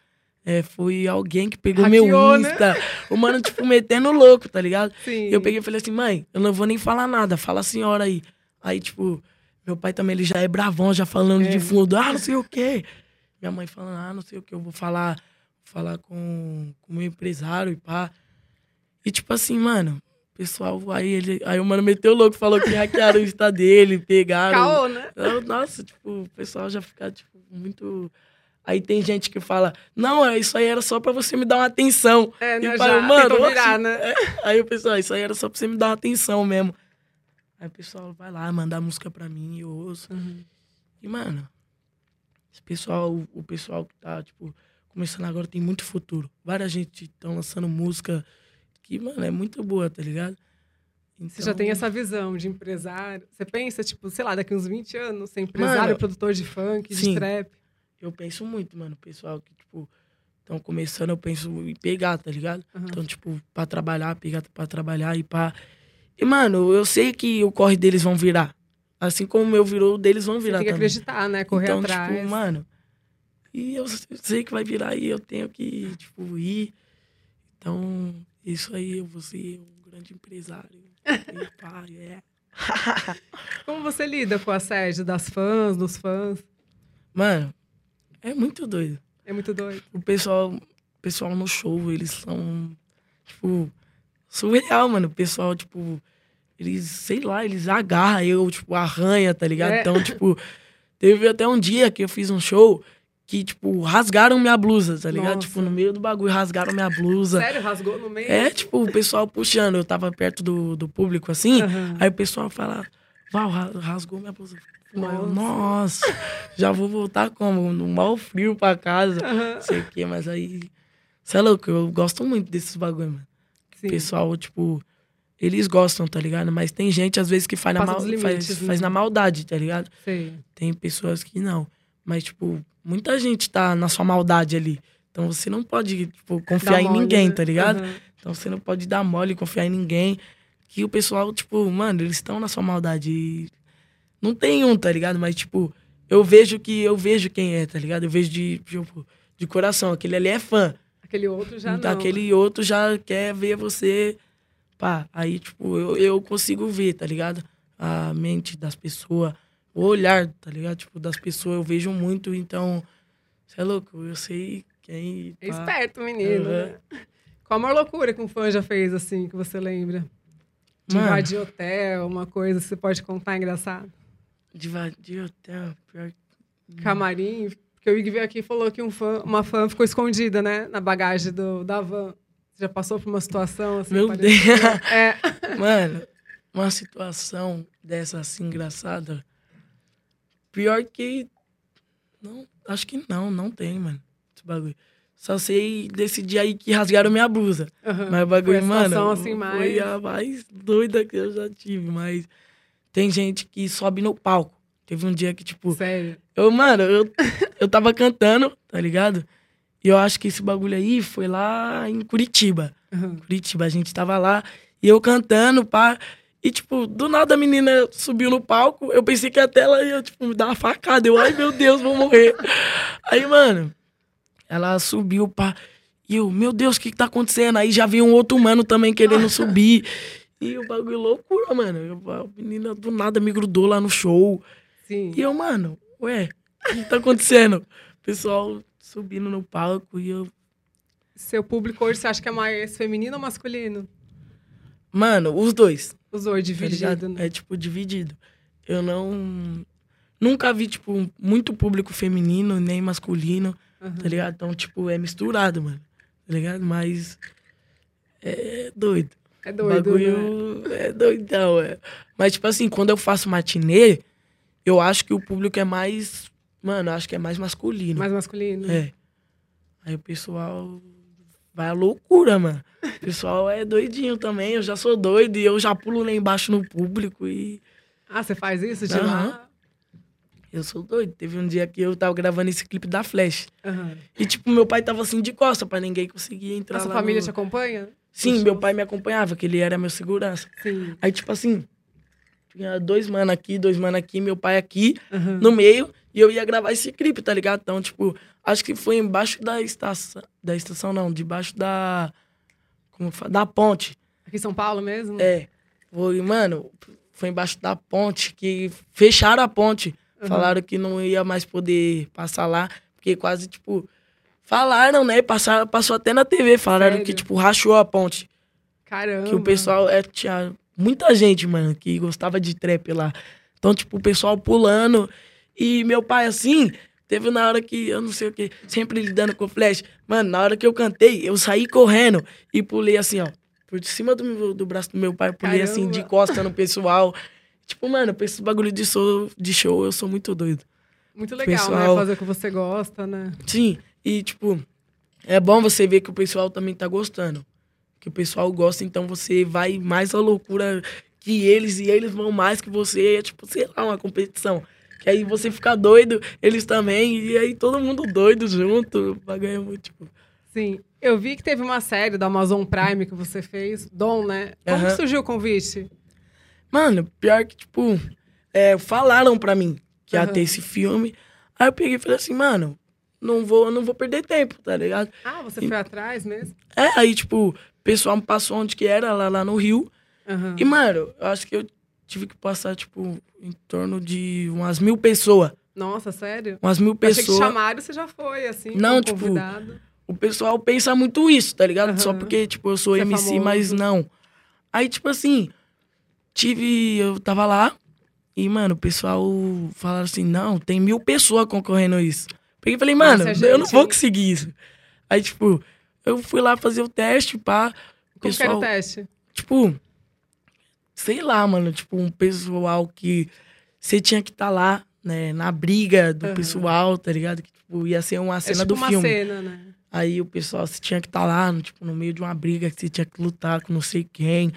É, foi alguém que pegou
Hackeou,
meu
né?
Insta. O mano, tipo, metendo louco, tá ligado?
Sim.
E eu peguei e falei assim, mãe, eu não vou nem falar nada, fala a senhora aí. Aí, tipo, meu pai também, ele já é bravão, já falando
É.
de fundo, ah, não sei o quê. Minha mãe falando, ah, não sei o quê, eu vou falar, vou falar com o meu empresário e pá. E tipo assim, mano, o pessoal, aí ele, aí o mano meteu o louco, falou que hackearam o Insta dele, pegaram.
Caô, né?
Eu, Nossa, tipo, o pessoal já fica, tipo, muito. Aí tem gente que fala, não, é, isso aí era só pra você me dar uma atenção.
É, né?
E
Já
fala, mano,
tentou
oxe. é."
virar, né?
Aí o pessoal, isso aí era só pra você me dar uma atenção mesmo. Aí o pessoal vai lá mandar música pra mim, eu ouço.
Uhum.
E, mano, esse pessoal, o pessoal que tá, tipo, começando agora tem muito futuro. Várias gente estão lançando música que, mano, é muito boa, tá ligado?
Você já tem
Então-
essa visão de empresário. Você pensa, tipo, sei lá, daqui uns 20 anos, ser empresário,
Mano,
produtor de funk, de
sim.
trap.
Eu penso muito, mano. Pessoal que, tipo, estão começando, eu penso em pegar, tá ligado?
Aham.
Então, tipo, pra trabalhar, pegar pra trabalhar e pra. E, mano, eu sei que o corre deles vão virar. Assim como o meu virou, o deles vão
Você
virar
tem que
também.
acreditar, né? Correr
então,
atrás.
tipo, mano. E eu s- sei que vai virar e eu tenho que, tipo, ir. Então, isso aí, eu vou ser um grande empresário.
[laughs]
e pá, é.
Como você lida com o assédio das fãs, dos fãs?
Mano, É muito doido.
É muito doido.
O pessoal, o pessoal no show, eles são, tipo, surreal, mano. O pessoal, tipo, eles, sei lá, eles agarram eu, tipo, arranha, tá ligado?
É.
Então,
[laughs]
tipo, teve até um dia que eu fiz um show que, tipo, rasgaram minha blusa, tá ligado?
Nossa.
Tipo, no meio do bagulho, rasgaram minha blusa.
Sério, rasgou no meio?
É, tipo, o pessoal puxando. Eu tava perto do, do público, assim.
Aham.
Aí o pessoal fala, Val, ra- rasgou minha blusa. Nossa. Eu,
Nossa.
Nossa, já vou voltar como? No mau frio pra
[laughs]
casa.
Aham.
Não sei o quê, mas aí. Você é louco, eu gosto muito desses bagulho, mano.
Sim.
O pessoal, tipo, eles gostam, tá ligado? Mas tem gente, às vezes, que faz, na,
Passa
mal-
dos
faz,
limites, né?
faz na maldade, tá ligado?
Sei.
Tem pessoas que não. Mas, tipo, muita gente tá na sua maldade ali. Então você não pode, tipo, confiar
Dá
em
mole,
ninguém,
né?
tá ligado?
Aham.
Então você não pode dar mole, confiar em ninguém. Que o pessoal, tipo, mano, eles estão na sua maldade. E não tem um, tá ligado? Mas, tipo, eu vejo que eu vejo quem é, tá ligado? Eu vejo de, tipo, de coração. Aquele ali é fã. Então,
Aquele outro já não. né?
Aquele outro já quer ver você. Pá, aí, tipo, eu, eu consigo ver, tá ligado? A mente das pessoas, o olhar, tá ligado? Tipo, das pessoas, eu vejo muito, então. Você é louco, eu sei quem. tá.
É
pá.
esperto, menino.
Aham.
né? Qual a maior loucura que um fã já fez, assim, que você lembra? De
Mano.
invadir hotel, uma coisa que você pode contar engraçado?
De vadio, até pior Hum.
Camarim. Porque o Ig veio aqui e falou que um fã- uma fã ficou escondida, né? Na bagagem do, da van. Você já passou por uma situação assim?
Meu
parecida?
Deus. [laughs]
É.
Mano, uma situação dessa assim engraçada. Pior que. Não, acho que não, não tem, mano. Esse bagulho. Só sei desse dia aí que rasgaram minha blusa.
Aham.
Mas o bagulho,
Foi a
mano.
situação, assim, mais-
Foi a mais doida que eu já tive. Mas tem gente que sobe no palco. Teve um dia que, tipo,
Sério.
eu, mano, eu, eu tava cantando, tá ligado? E eu acho que esse bagulho aí foi lá em Curitiba.
Aham.
Curitiba, a gente tava lá, e eu cantando, pá. E, tipo, do nada a menina subiu no palco, eu pensei que até ela ia, tipo, me dar uma facada. Eu, ai, meu Deus, vou morrer. Aí, mano, ela subiu, pá. E eu, meu Deus, o que que tá acontecendo? Aí já veio um outro mano também querendo subir. E o bagulho loucura, mano. Eu- a menina do nada me grudou lá no show.
Sim.
E eu, mano, ué, o que que tá acontecendo? O pessoal subindo no palco e eu,
Seu público hoje, você acha que é mais feminino ou masculino?
mano, os dois.
Os dois
tá ligado?
dividido, né?
É tipo dividido. Eu não nunca vi tipo muito público feminino nem masculino,
Aham.
tá ligado? Então tipo é misturado, mano. Tá ligado? Mas é doido.
É
O
doido, né?
bagulho é doidão, é. Mas tipo assim, quando eu faço matinê, eu acho que o público é mais, mano, eu acho que é mais masculino.
Mais masculino.
É. Aí o pessoal vai à loucura, mano. O pessoal é doidinho também, eu já sou doido e eu já pulo lá embaixo no público e
Ah, você faz isso de
Aham.
lá?
eu sou doido. Teve um dia que eu tava gravando esse clipe da Flash.
Aham.
E tipo, meu pai tava assim de costa pra ninguém conseguir entrar
A sua
lá
família
no-
te acompanha?
Sim, meu pai me acompanhava, que ele era meu segurança.
Sim.
Aí tipo assim, tinha dois mano aqui, dois mano aqui, meu pai aqui.
Aham.
no meio e eu ia gravar esse clipe, tá ligado? Então, tipo, acho que foi embaixo da estação. Da estação, não, debaixo da. Como fala? Da ponte.
Aqui em São Paulo mesmo?
É. Foi, mano, foi embaixo da ponte que fecharam a ponte.
Uhum.
Falaram que não ia mais poder passar lá, porque quase, tipo. Falaram, né? Passaram, passou até na TV. Falaram
Sério?
que, tipo, rachou a ponte.
Caramba.
Que o pessoal é, tinha muita gente, mano, que gostava de trap lá. Então, tipo, o pessoal pulando. E meu pai, assim, teve na hora que, eu não sei o que, sempre lidando com flash. Mano, na hora que eu cantei, eu saí correndo e pulei assim, ó. Por cima do, meu- do braço do meu pai, eu pulei assim, de
Caramba.
costa no pessoal. tipo, mano, pra esse bagulho de show, de show, eu sou muito doido.
Muito legal,
pessoal-
né? Fazer o que você gosta, né?
Sim, e tipo, é bom você ver que o pessoal também tá gostando. Que o pessoal gosta, então você vai mais à loucura que eles e eles vão mais que você. É tipo, sei lá, uma competição. Que aí você fica doido, eles também, e aí todo mundo doido junto. Vai ganhar muito, tipo.
Sim. Eu vi que teve uma série da Amazon Prime que você fez, Dom, né? Como que
Aham.
surgiu o convite?
Mano, pior que, tipo, é, falaram pra mim que ia
Aham.
ter esse filme. Aí eu peguei e falei assim, mano, não vou, não vou perder tempo, tá ligado?
Ah, você foi atrás mesmo?
É, aí, tipo, o pessoal me passou onde que era, lá, lá no Rio.
Aham.
E, mano, eu acho que eu tive que passar, tipo, em torno de umas mil pessoas,
Nossa, sério?
Umas mil
Eu Achei que te
pessoas.
chamaram, você já foi, assim,
Não,
como
tipo,
convidado.
O pessoal pensa muito isso, tá ligado? Só
Aham.
porque, tipo, eu sou
Você é
MC,
famoso.
mas não. Aí, tipo assim, tive. Eu tava lá e, mano, o pessoal falaram assim: não, tem mil pessoas concorrendo a isso. Peguei e falei, mano,
Nossa,
eu
gente,
não vou
hein?
conseguir isso. Aí, tipo, eu fui lá fazer o teste, pá.
Como que era
pessoal-
o teste?
Tipo, sei lá, mano, tipo, um pessoal que você tinha que estar lá, né, na briga do
Aham.
pessoal, tá ligado? Que, tipo, ia ser uma
é
cena
tipo
do
uma
filme.
cena, né?
Aí o pessoal, você tinha que estar lá, no, tipo, no meio de uma briga que você tinha que lutar com não sei quem.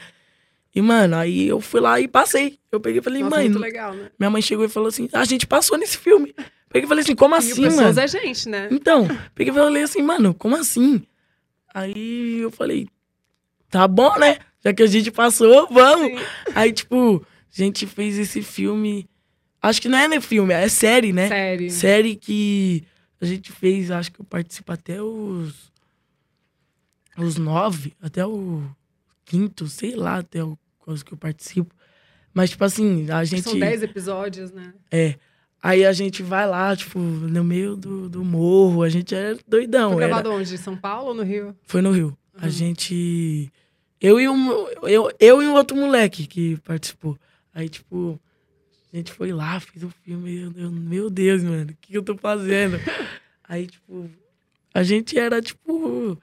E, mano, aí eu fui lá e passei. Eu peguei e falei,
Nossa,
mãe,
muito legal, né?
minha mãe chegou e falou assim, a gente passou nesse filme. Peguei e falei assim, como
Mil
assim, mano?
pessoas é gente, né?
Então, peguei e falei assim, mano, como assim? Aí eu falei, tá bom, né? Já que a gente passou, vamos.
Sim.
Aí, tipo, a gente fez esse filme. Acho que não é nem filme, é série, né?
Sério.
Série que a gente fez, acho que eu participo até os. Os nove, até o quinto, sei lá, até o quase que eu participo. Mas, tipo assim, a gente.
São 10 episódios, né?
Aí a gente vai lá, tipo, no meio do, do morro, a gente é doidão.
Foi
era-
gravado onde? Em São Paulo ou no Rio?
Foi no Rio. A
Uhum.
gente. Eu e, um, eu, eu e um outro moleque que participou. Aí, tipo, a gente foi lá, fez o filme. eu- eu- meu Deus, mano, o que que eu tô
[laughs]
fazendo? Aí, tipo, a gente era, tipo.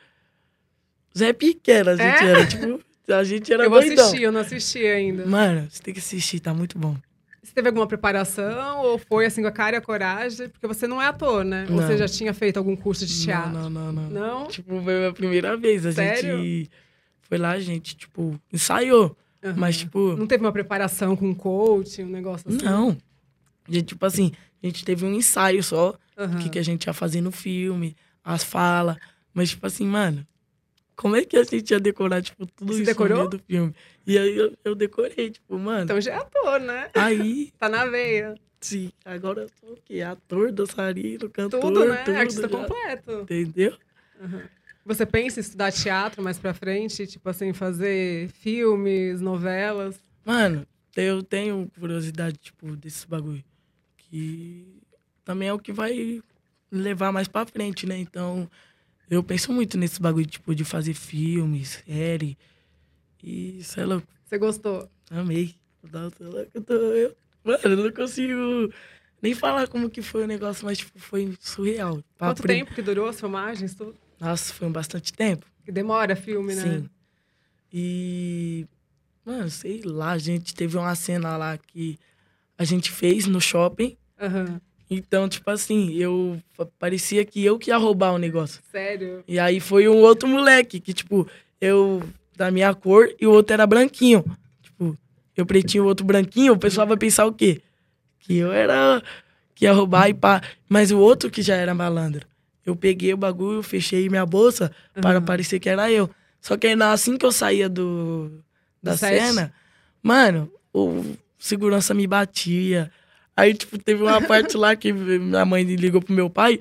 Zé Pequeno, a gente
É?
era, tipo. A gente era
eu vou
doidão.
assistir, né? eu não assisti ainda.
Mano, você tem que assistir, tá muito bom.
Você teve alguma preparação ou foi assim com a cara e a coragem? Porque você não é ator, né? Ou
Não.
você já tinha feito algum curso de teatro?
Não, não, não, não.
Não?
Tipo, foi a primeira vez. A
Sério?
gente foi lá, a gente, tipo, ensaiou.
Aham.
Mas, tipo.
Não teve uma preparação com coaching, um negócio assim?
Não. E, tipo assim, a gente teve um ensaio só
Aham.
o que, é? que a gente ia fazer no filme, as falas. Mas, tipo assim, mano, como é que a gente ia decorar, tipo, tudo
Você
isso
decorou?
no meio do filme? E aí eu, eu decorei, tipo, mano.
Então já é ator, né?
Aí,
Tá na veia.
sim, agora eu sou o quê? Ator, dançarino, cantor,
Tudo, né?
tudo,
Artista
já,
completo.
Entendeu?
Você pensa em estudar teatro mais pra frente? Tipo assim, fazer filmes, novelas?
Mano, eu tenho curiosidade, tipo, desses bagulho. Que também é o que vai levar mais pra frente, né? Então, eu penso muito nesse bagulho, tipo, de fazer filme, série. E, sei lá,
Você gostou?
amei. Nossa, é Eu tô, eu, mano, eu não consigo nem falar como que foi o negócio, mas, tipo, foi surreal. Pra
Quanto
prim-
tempo que durou as filmagens? Tudo?
Nossa, foi um bastante tempo.
Que demora filme, né?
Sim. E, mano, sei lá, a gente teve uma cena lá que a gente fez no shopping.
Aham.
Então, tipo assim, eu parecia que eu que ia roubar o negócio.
Sério?
E aí foi um outro moleque que, tipo, eu da minha cor e o outro era branquinho. Tipo, eu pretinho, o outro branquinho, o pessoal vai pensar o quê? Que eu era que ia roubar e pá. Mas o outro que já era malandro. Eu peguei o bagulho, fechei minha bolsa para
Aham.
parecer que era eu. Só que aí, na- assim que eu saía do da
Do set?
cena, mano, o segurança me batia. Aí, tipo, teve uma parte lá que minha mãe ligou pro meu pai.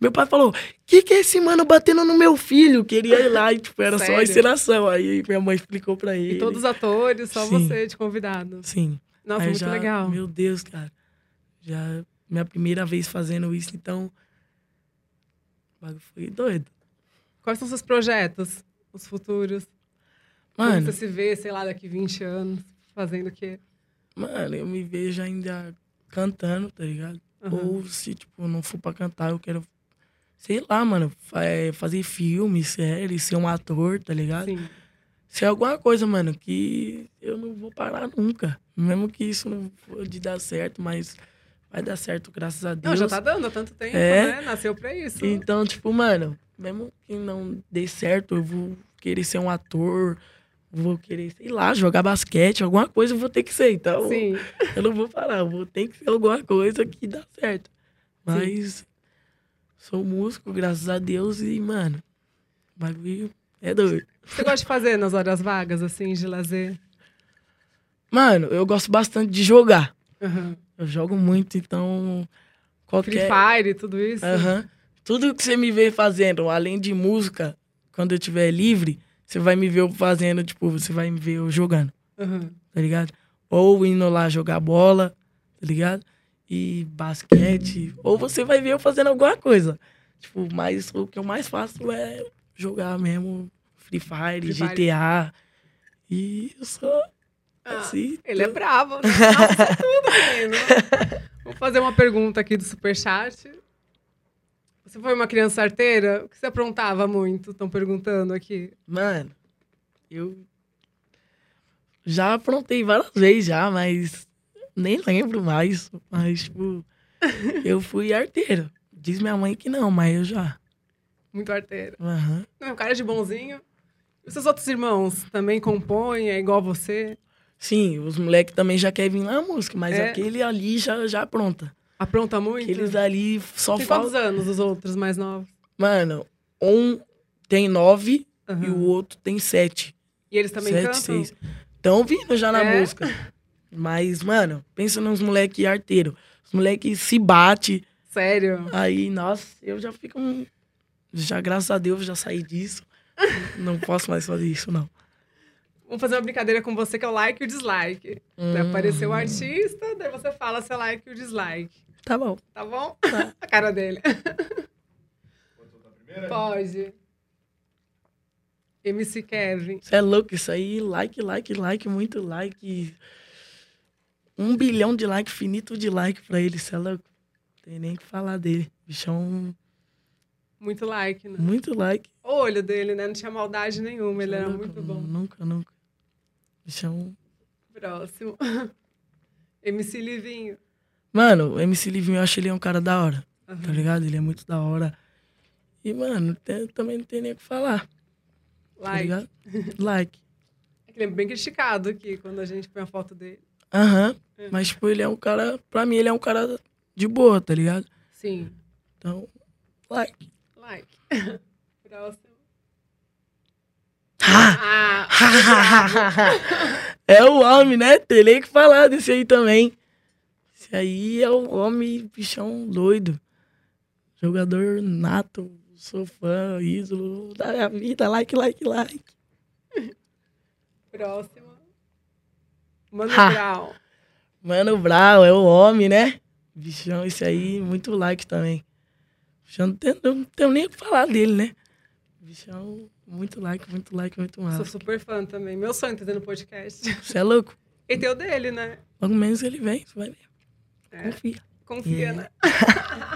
Meu pai falou: que que é esse mano batendo no meu filho? Queria ir lá e, tipo, era só
Sério?
uma encenação. Aí minha mãe explicou pra ele.
E todos os atores, só
Sim.
você de convidado.
Sim.
Nossa,
Aí
muito
já,
legal.
Meu Deus, cara. Já minha primeira vez fazendo isso, então. O bagulho foi doido.
Quais são seus projetos? Os futuros? Como
Mano,
você se vê, sei lá, daqui 20 anos, fazendo o quê?
mano, eu me vejo ainda cantando, tá ligado?
Aham.
Ou se, tipo, não for pra cantar, eu quero. Sei lá, mano, fa- é, fazer filme, série, ser um ator, tá ligado?
Sim.
Ser alguma coisa, mano, que eu não vou parar nunca. Mesmo que isso não for de dar certo, mas vai dar certo, graças a
Não,
Deus.
já tá dando há tanto tempo,
É.
né? Nasceu pra isso.
Então, tipo, mano, mesmo que não dê certo, eu vou querer ser um ator, vou querer, sei lá, jogar basquete, alguma coisa eu vou ter que ser. Então,
Sim.
eu não vou parar, eu vou ter que ser alguma coisa que dá certo. Mas sou músico, graças a Deus, e, mano, o bagulho é doido.
Você gosta de fazer nas horas vagas, assim, de lazer?
Mano, eu gosto bastante de jogar.
Aham.
Eu jogo muito, então.
Free
Qualquer.
Fire e tudo isso?
Aham. Tudo que você me vê fazendo, além de música, quando eu estiver livre, você vai me ver eu fazendo, tipo, você vai me ver eu jogando,
Aham.
tá ligado? Ou indo lá jogar bola, tá ligado? e basquete, ou você vai ver eu fazendo alguma coisa. Tipo, mas o que eu mais faço é jogar mesmo Free Fire,
Free Fire.
GTA. E eu sou
Ah,
assim.
Ele é
[laughs]
bravo, né? Nossa, tudo, menino. Vou fazer uma pergunta aqui do Superchat. Você foi uma criança arteira? O que você aprontava muito? Estão perguntando aqui.
Mano, eu já aprontei várias vezes já, mas nem lembro mais.
[laughs]
Mas, tipo, eu fui arteiro. Diz minha mãe que não, mas eu já.
Muito arteira.
Aham.
Não, um cara de bonzinho. E seus outros irmãos também compõem, é igual você?
Sim, os moleques também já querem vir lá a música, mas
É.
aquele ali já, já apronta.
Apronta muito?
Aqueles ali só
Tem
falam.
quantos anos os outros mais novos?
Mano, um tem nove
Aham.
e o outro tem sete.
E eles também
Sete,
cantam?
seis. Tão vindo já na
É?
música. Mas, mano, pensa nos moleque arteiro. Os moleque se bate.
Sério?
Aí, nossa, eu já fico um... Já, graças a Deus, já saí disso. não posso mais fazer isso, não.
Vamos fazer uma brincadeira com você que é o like e o dislike. Vai aparecer o
Hum,
artista, daí você fala se é like ou dislike.
Tá bom.
Tá bom?
Tá.
[laughs] A cara dele. Pode. MC Kevin.
Você é louco isso aí. Like, like, like, muito like. Um bilhão de like, finito de like pra ele. Você é louco. Tem nem o que falar dele. Bichão,
Muito like, né?
muito like.
O olho dele, né? Não tinha maldade nenhuma. Ele era
Nunca,
muito bom.
Nunca, nunca. Bichão.
Próximo. [laughs] MC Livinho.
Tá Mano, o MC Livinho, eu acho ele é um cara da hora, tá
Aham.
ligado? Ele é muito da hora. E, mano, tem- também não tem nem o que falar, tá
Like. [laughs]
ligado? Like.
É que Ele é bem criticado aqui quando a gente põe a foto dele.
Aham.
É.
Mas, tipo, ele é um cara. Pra mim, ele é um cara de boa, tá ligado?
Sim.
Então, like.
Like. [laughs] Próximo.
Ha!
Ah!
[laughs] é o homem, né? Tem nem o que falar desse aí também. Esse aí é o homem, bichão doido. Jogador nato, sou fã, ídolo da minha vida. Like, like, like.
Próximo. Mano
Ha.
Brown.
Mano Brau, é o homem, né? Bichão, esse aí, muito like também. Bichão, não tem, não tem nem o que falar dele, né? Bichão, muito like, muito like, muito
Sou
massa.
super fã também. Meu sonho tá tendo podcast.
Você é louco?
E tem o dele, né?
Logo menos ele vem, você vai ver.
É.
Confia.
Confia,
É.
né?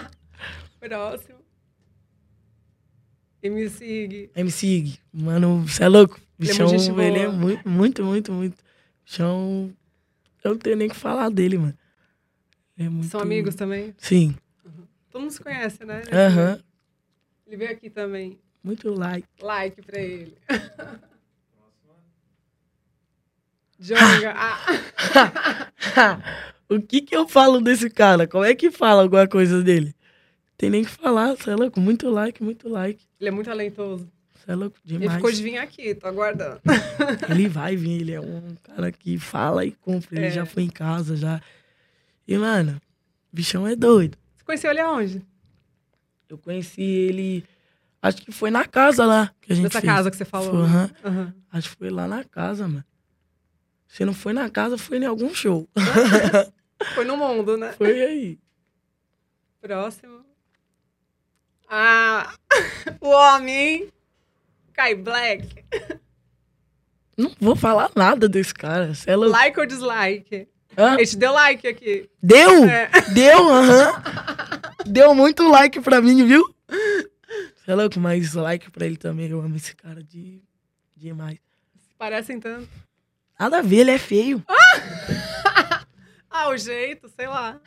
[laughs] Próximo. MC Ig.
MC Ig, mano, você é louco?
Ele é
Bichão,
muito gente boa.
ele é muito, muito, muito, muito. Bichão, eu não tenho nem o que falar dele, mano. Ele é muito-
São amigos também?
Sim.
Todo mundo se conhece, né?
Aham.
Ele veio aqui também.
Muito like. [laughs]
Like pra ele. Jonga. Ah,
o que que eu falo desse cara? Como é que fala alguma coisa dele? Tem nem o que falar, você é louco. Muito like, muito like.
ele é muito talentoso.
Você é louco
Ele
demais.
ficou de vir aqui, tô aguardando.
Ele vai vir, ele é um cara que fala e cumpre. Ele
É.
já foi em casa, já. E, mano, o bichão é doido.
Você conheceu ele aonde?
Eu conheci ele, acho que foi na casa lá que a gente
Dessa
fez.
casa que você falou.
Foi, aham.
Aham.
Acho que foi lá na casa, mano. Se não foi na casa, foi em algum show. [laughs]
Foi no mundo, né?
Foi aí.
Próximo. Ah, [laughs] o homem. Kai Black.
Não vou falar nada desse cara. Você é louco.
Like ou dislike?
Hã?
Ele te deu like aqui.
Deu!
É.
Deu, aham. Deu muito like pra mim, viu? Você é louco, mas like pra ele também. Eu amo esse cara de... demais.
Parecem tanto.
Nada a ver, ele é feio.
Ah, o jeito, sei lá.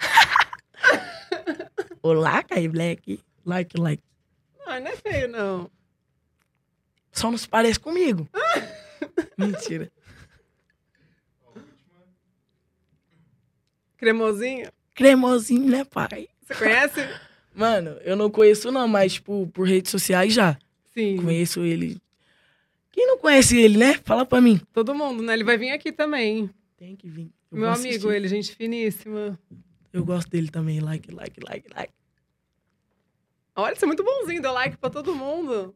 Olá, Kai Black. Like, like.
Não, não é feio, não.
Só não se parece [laughs] comigo. Mentira.
Cremosinho.
Cremosinho, né, pai?
Você conhece?
Mano, eu não conheço não, mas, tipo, por redes sociais já.
Sim.
Conheço ele. Quem não conhece ele, né? Fala pra mim.
Todo mundo, né? Ele vai vir aqui também.
Tem que vir. Eu
Meu
vou
amigo,
assistir.
ele, gente finíssima.
Eu gosto dele também. Like, like, like, like.
Olha, você é muito bonzinho, deu like pra todo mundo.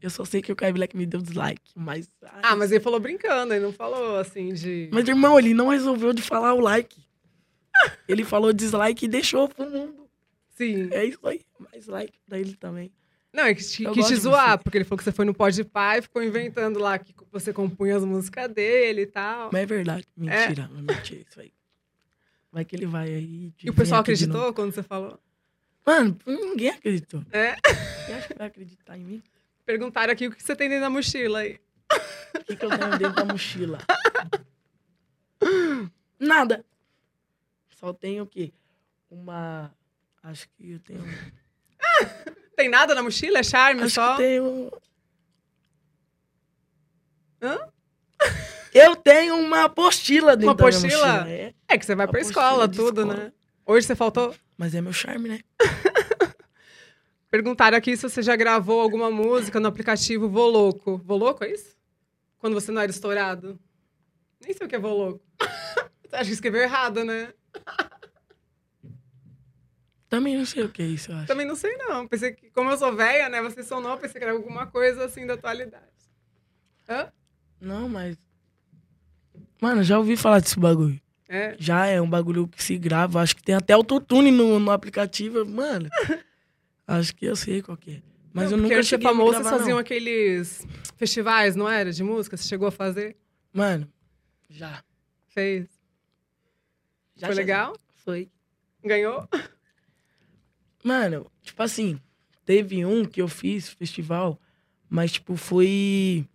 Eu só sei que o Kai Black me deu dislike, mas.
Ah, mas ele falou brincando, ele não falou assim de.
Mas, irmão, ele não resolveu de falar o like. [laughs] Ele falou dislike e deixou pro mundo.
Sim.
É isso aí. Mais like pra ele também.
Não, é que te,
Eu
quis
gosto
te
de
zoar,
você.
porque ele falou que você foi no Pode Pai e ficou inventando lá que você compunha as músicas dele e tal.
Mas é verdade. Mentira. Mas mentira isso aí. Vai que ele vai aí. te-
e o pessoal
vem aqui de novo.
acreditou quando você falou?
Mano, ninguém acreditou.
É.
Você acha que vai acreditar em mim?
Perguntaram aqui o que você tem dentro da mochila aí.
O que, que eu tenho dentro da mochila? Nada. Só tenho o quê? Uma. Acho que eu tenho.
Tem nada na mochila? É charme
Acho
só?
que eu tenho.
Hã?
Eu tenho uma apostila dentro
Uma apostila?
da minha mochila. É,
É que você vai pra
Uma
escola,
mochila de
tudo,
escola.
né? Hoje você faltou.
mas é meu charme, né?
Perguntaram aqui se você já gravou alguma música no aplicativo Voloco. Voloco, é isso? Quando você não era estourado? Nem sei o que é [laughs] Voloco. Você acha que escreveu errado, né?
Também não sei o que é isso, eu acho.
Também não sei, não. Pensei que, como eu sou velha, né? Você sou nova, pensei que era alguma coisa assim da atualidade. Hã?
Não, mas. Mano, já ouvi falar desse bagulho.
É.
Já é um bagulho que se grava. Acho que tem até autotune no, no
[laughs]
aplicativo. Mano, acho que eu sei qual que é. Mas
Não,
eu
porque
nunca
antes de
cheguei a me
famoso,
gravar,
vocês faziam
não.
aqueles festivais, não era? De música? Você chegou a fazer?
Mano, já.
Fez.
Já,
Foi
já,
legal?
Foi.
Ganhou?
Mano, tipo assim, teve um que eu fiz, festival, mas tipo, foi.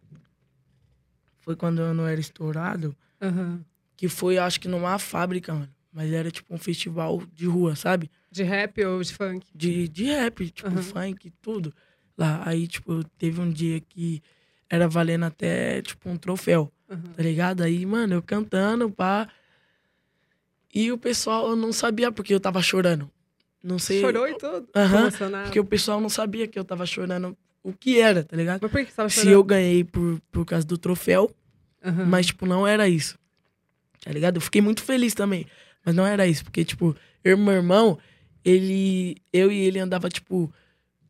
Foi quando eu não era estourado.
Aham.
Que foi, acho que numa fábrica, mano. Mas era tipo um festival de rua, sabe?
De rap ou de funk?
de, de rap, tipo,
Aham.
funk, tudo. Lá, aí, tipo, teve um dia que era valendo até, tipo, um troféu,
Aham.
tá ligado? Aí, mano, eu cantando, pá. E o pessoal, eu não sabia porque eu tava chorando. Não sei.
Chorou e tá. tudo?
Aham,
Emocionado.
Porque o pessoal não sabia que eu tava chorando o que era, tá ligado?
Mas por que você tava
Se
chorando?
eu ganhei por, por causa do troféu,
Aham.
mas, tipo, não era isso. Tá ligado? Eu fiquei muito feliz também. Mas não era isso. Porque, tipo, eu e meu irmão, ele. Eu e ele andava, tipo,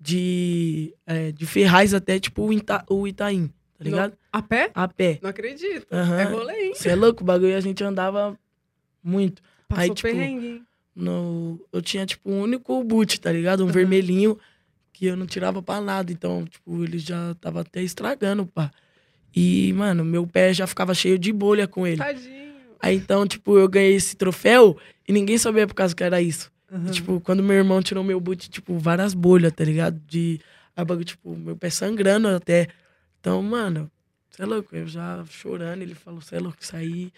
de. é, de Ferraz até, tipo, o, Ita, o Itaim, tá
No-
ligado?
A pé?
A pé.
Não acredito. É
Aham.
rolê, hein?
Você é louco, o bagulho a gente andava muito.
Passou
Aí, tipo,
perrengue, hein?
No, eu tinha, tipo, um único boot, tá ligado? Um
Aham.
vermelhinho que eu não tirava pra nada. Então, tipo, ele já tava até estragando, pá. E, mano, meu pé já ficava cheio de bolha com ele.
Tadinho.
Aí então, tipo, eu ganhei esse troféu e ninguém sabia por causa que era isso.
Aham.
E, tipo, quando meu irmão tirou meu boot, tipo, várias bolhas, tá ligado? De. Aí, o bagulho, tipo, meu pé sangrando até. Então, mano, você é louco, eu já chorando, ele falou, você é louco, isso aí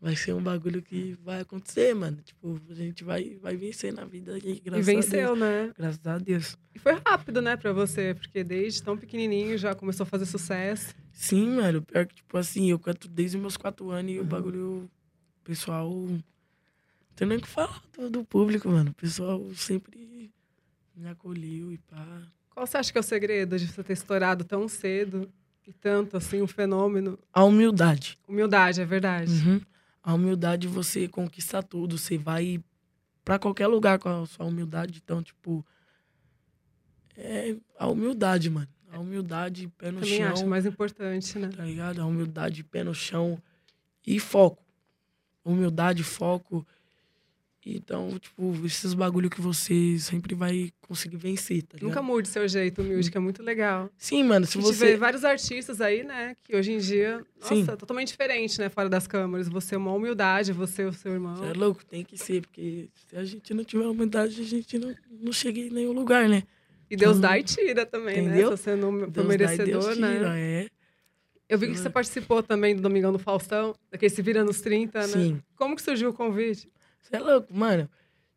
vai ser um bagulho que vai acontecer, mano. Tipo, a gente vai, vai vencer na vida aí,
e
graças a Deus.
venceu, né?
Graças a Deus.
E foi rápido, né, pra você? Porque desde tão pequenininho já começou a fazer sucesso.
Sim, mano, pior que, tipo assim, eu canto desde os meus quatro anos e o
Uhum.
bagulho, o pessoal, não tem nem o que falar do, do público, mano. O pessoal sempre me acolheu e pá.
Qual você acha que é o segredo de você ter estourado tão cedo e tanto, assim, um fenômeno?
A humildade.
Humildade, é verdade.
Uhum. A humildade, você conquista tudo, você vai pra qualquer lugar com a sua humildade, então, tipo, é a humildade, mano. A humildade, pé no
Também
chão.
acho mais importante, né?
tá ligado? A humildade, pé no chão e foco. Humildade, foco. Então, tipo, esses bagulho que você sempre vai conseguir vencer, tá ligado?
Nunca mude seu jeito humilde, que é muito legal.
Sim, mano, se
Se você... vê
você.
vários artistas aí, né, que hoje em dia, nossa,
Sim.
totalmente diferente, né, fora das câmeras. Você é uma humildade, você e o seu irmão.
Você é louco, tem que ser, porque se a gente não tiver humildade, a gente não, não chega em nenhum lugar, né?
E Deus dá e tira também,
Entendeu?
né? Se você não for
Deus dá e
merecedor,
Deus
né?
tira, É.
Eu vi que você participou também do Domingão do Faustão, daquele Se Vira nos 30, né?
Sim.
Como que surgiu o convite?
Você é louco, mano.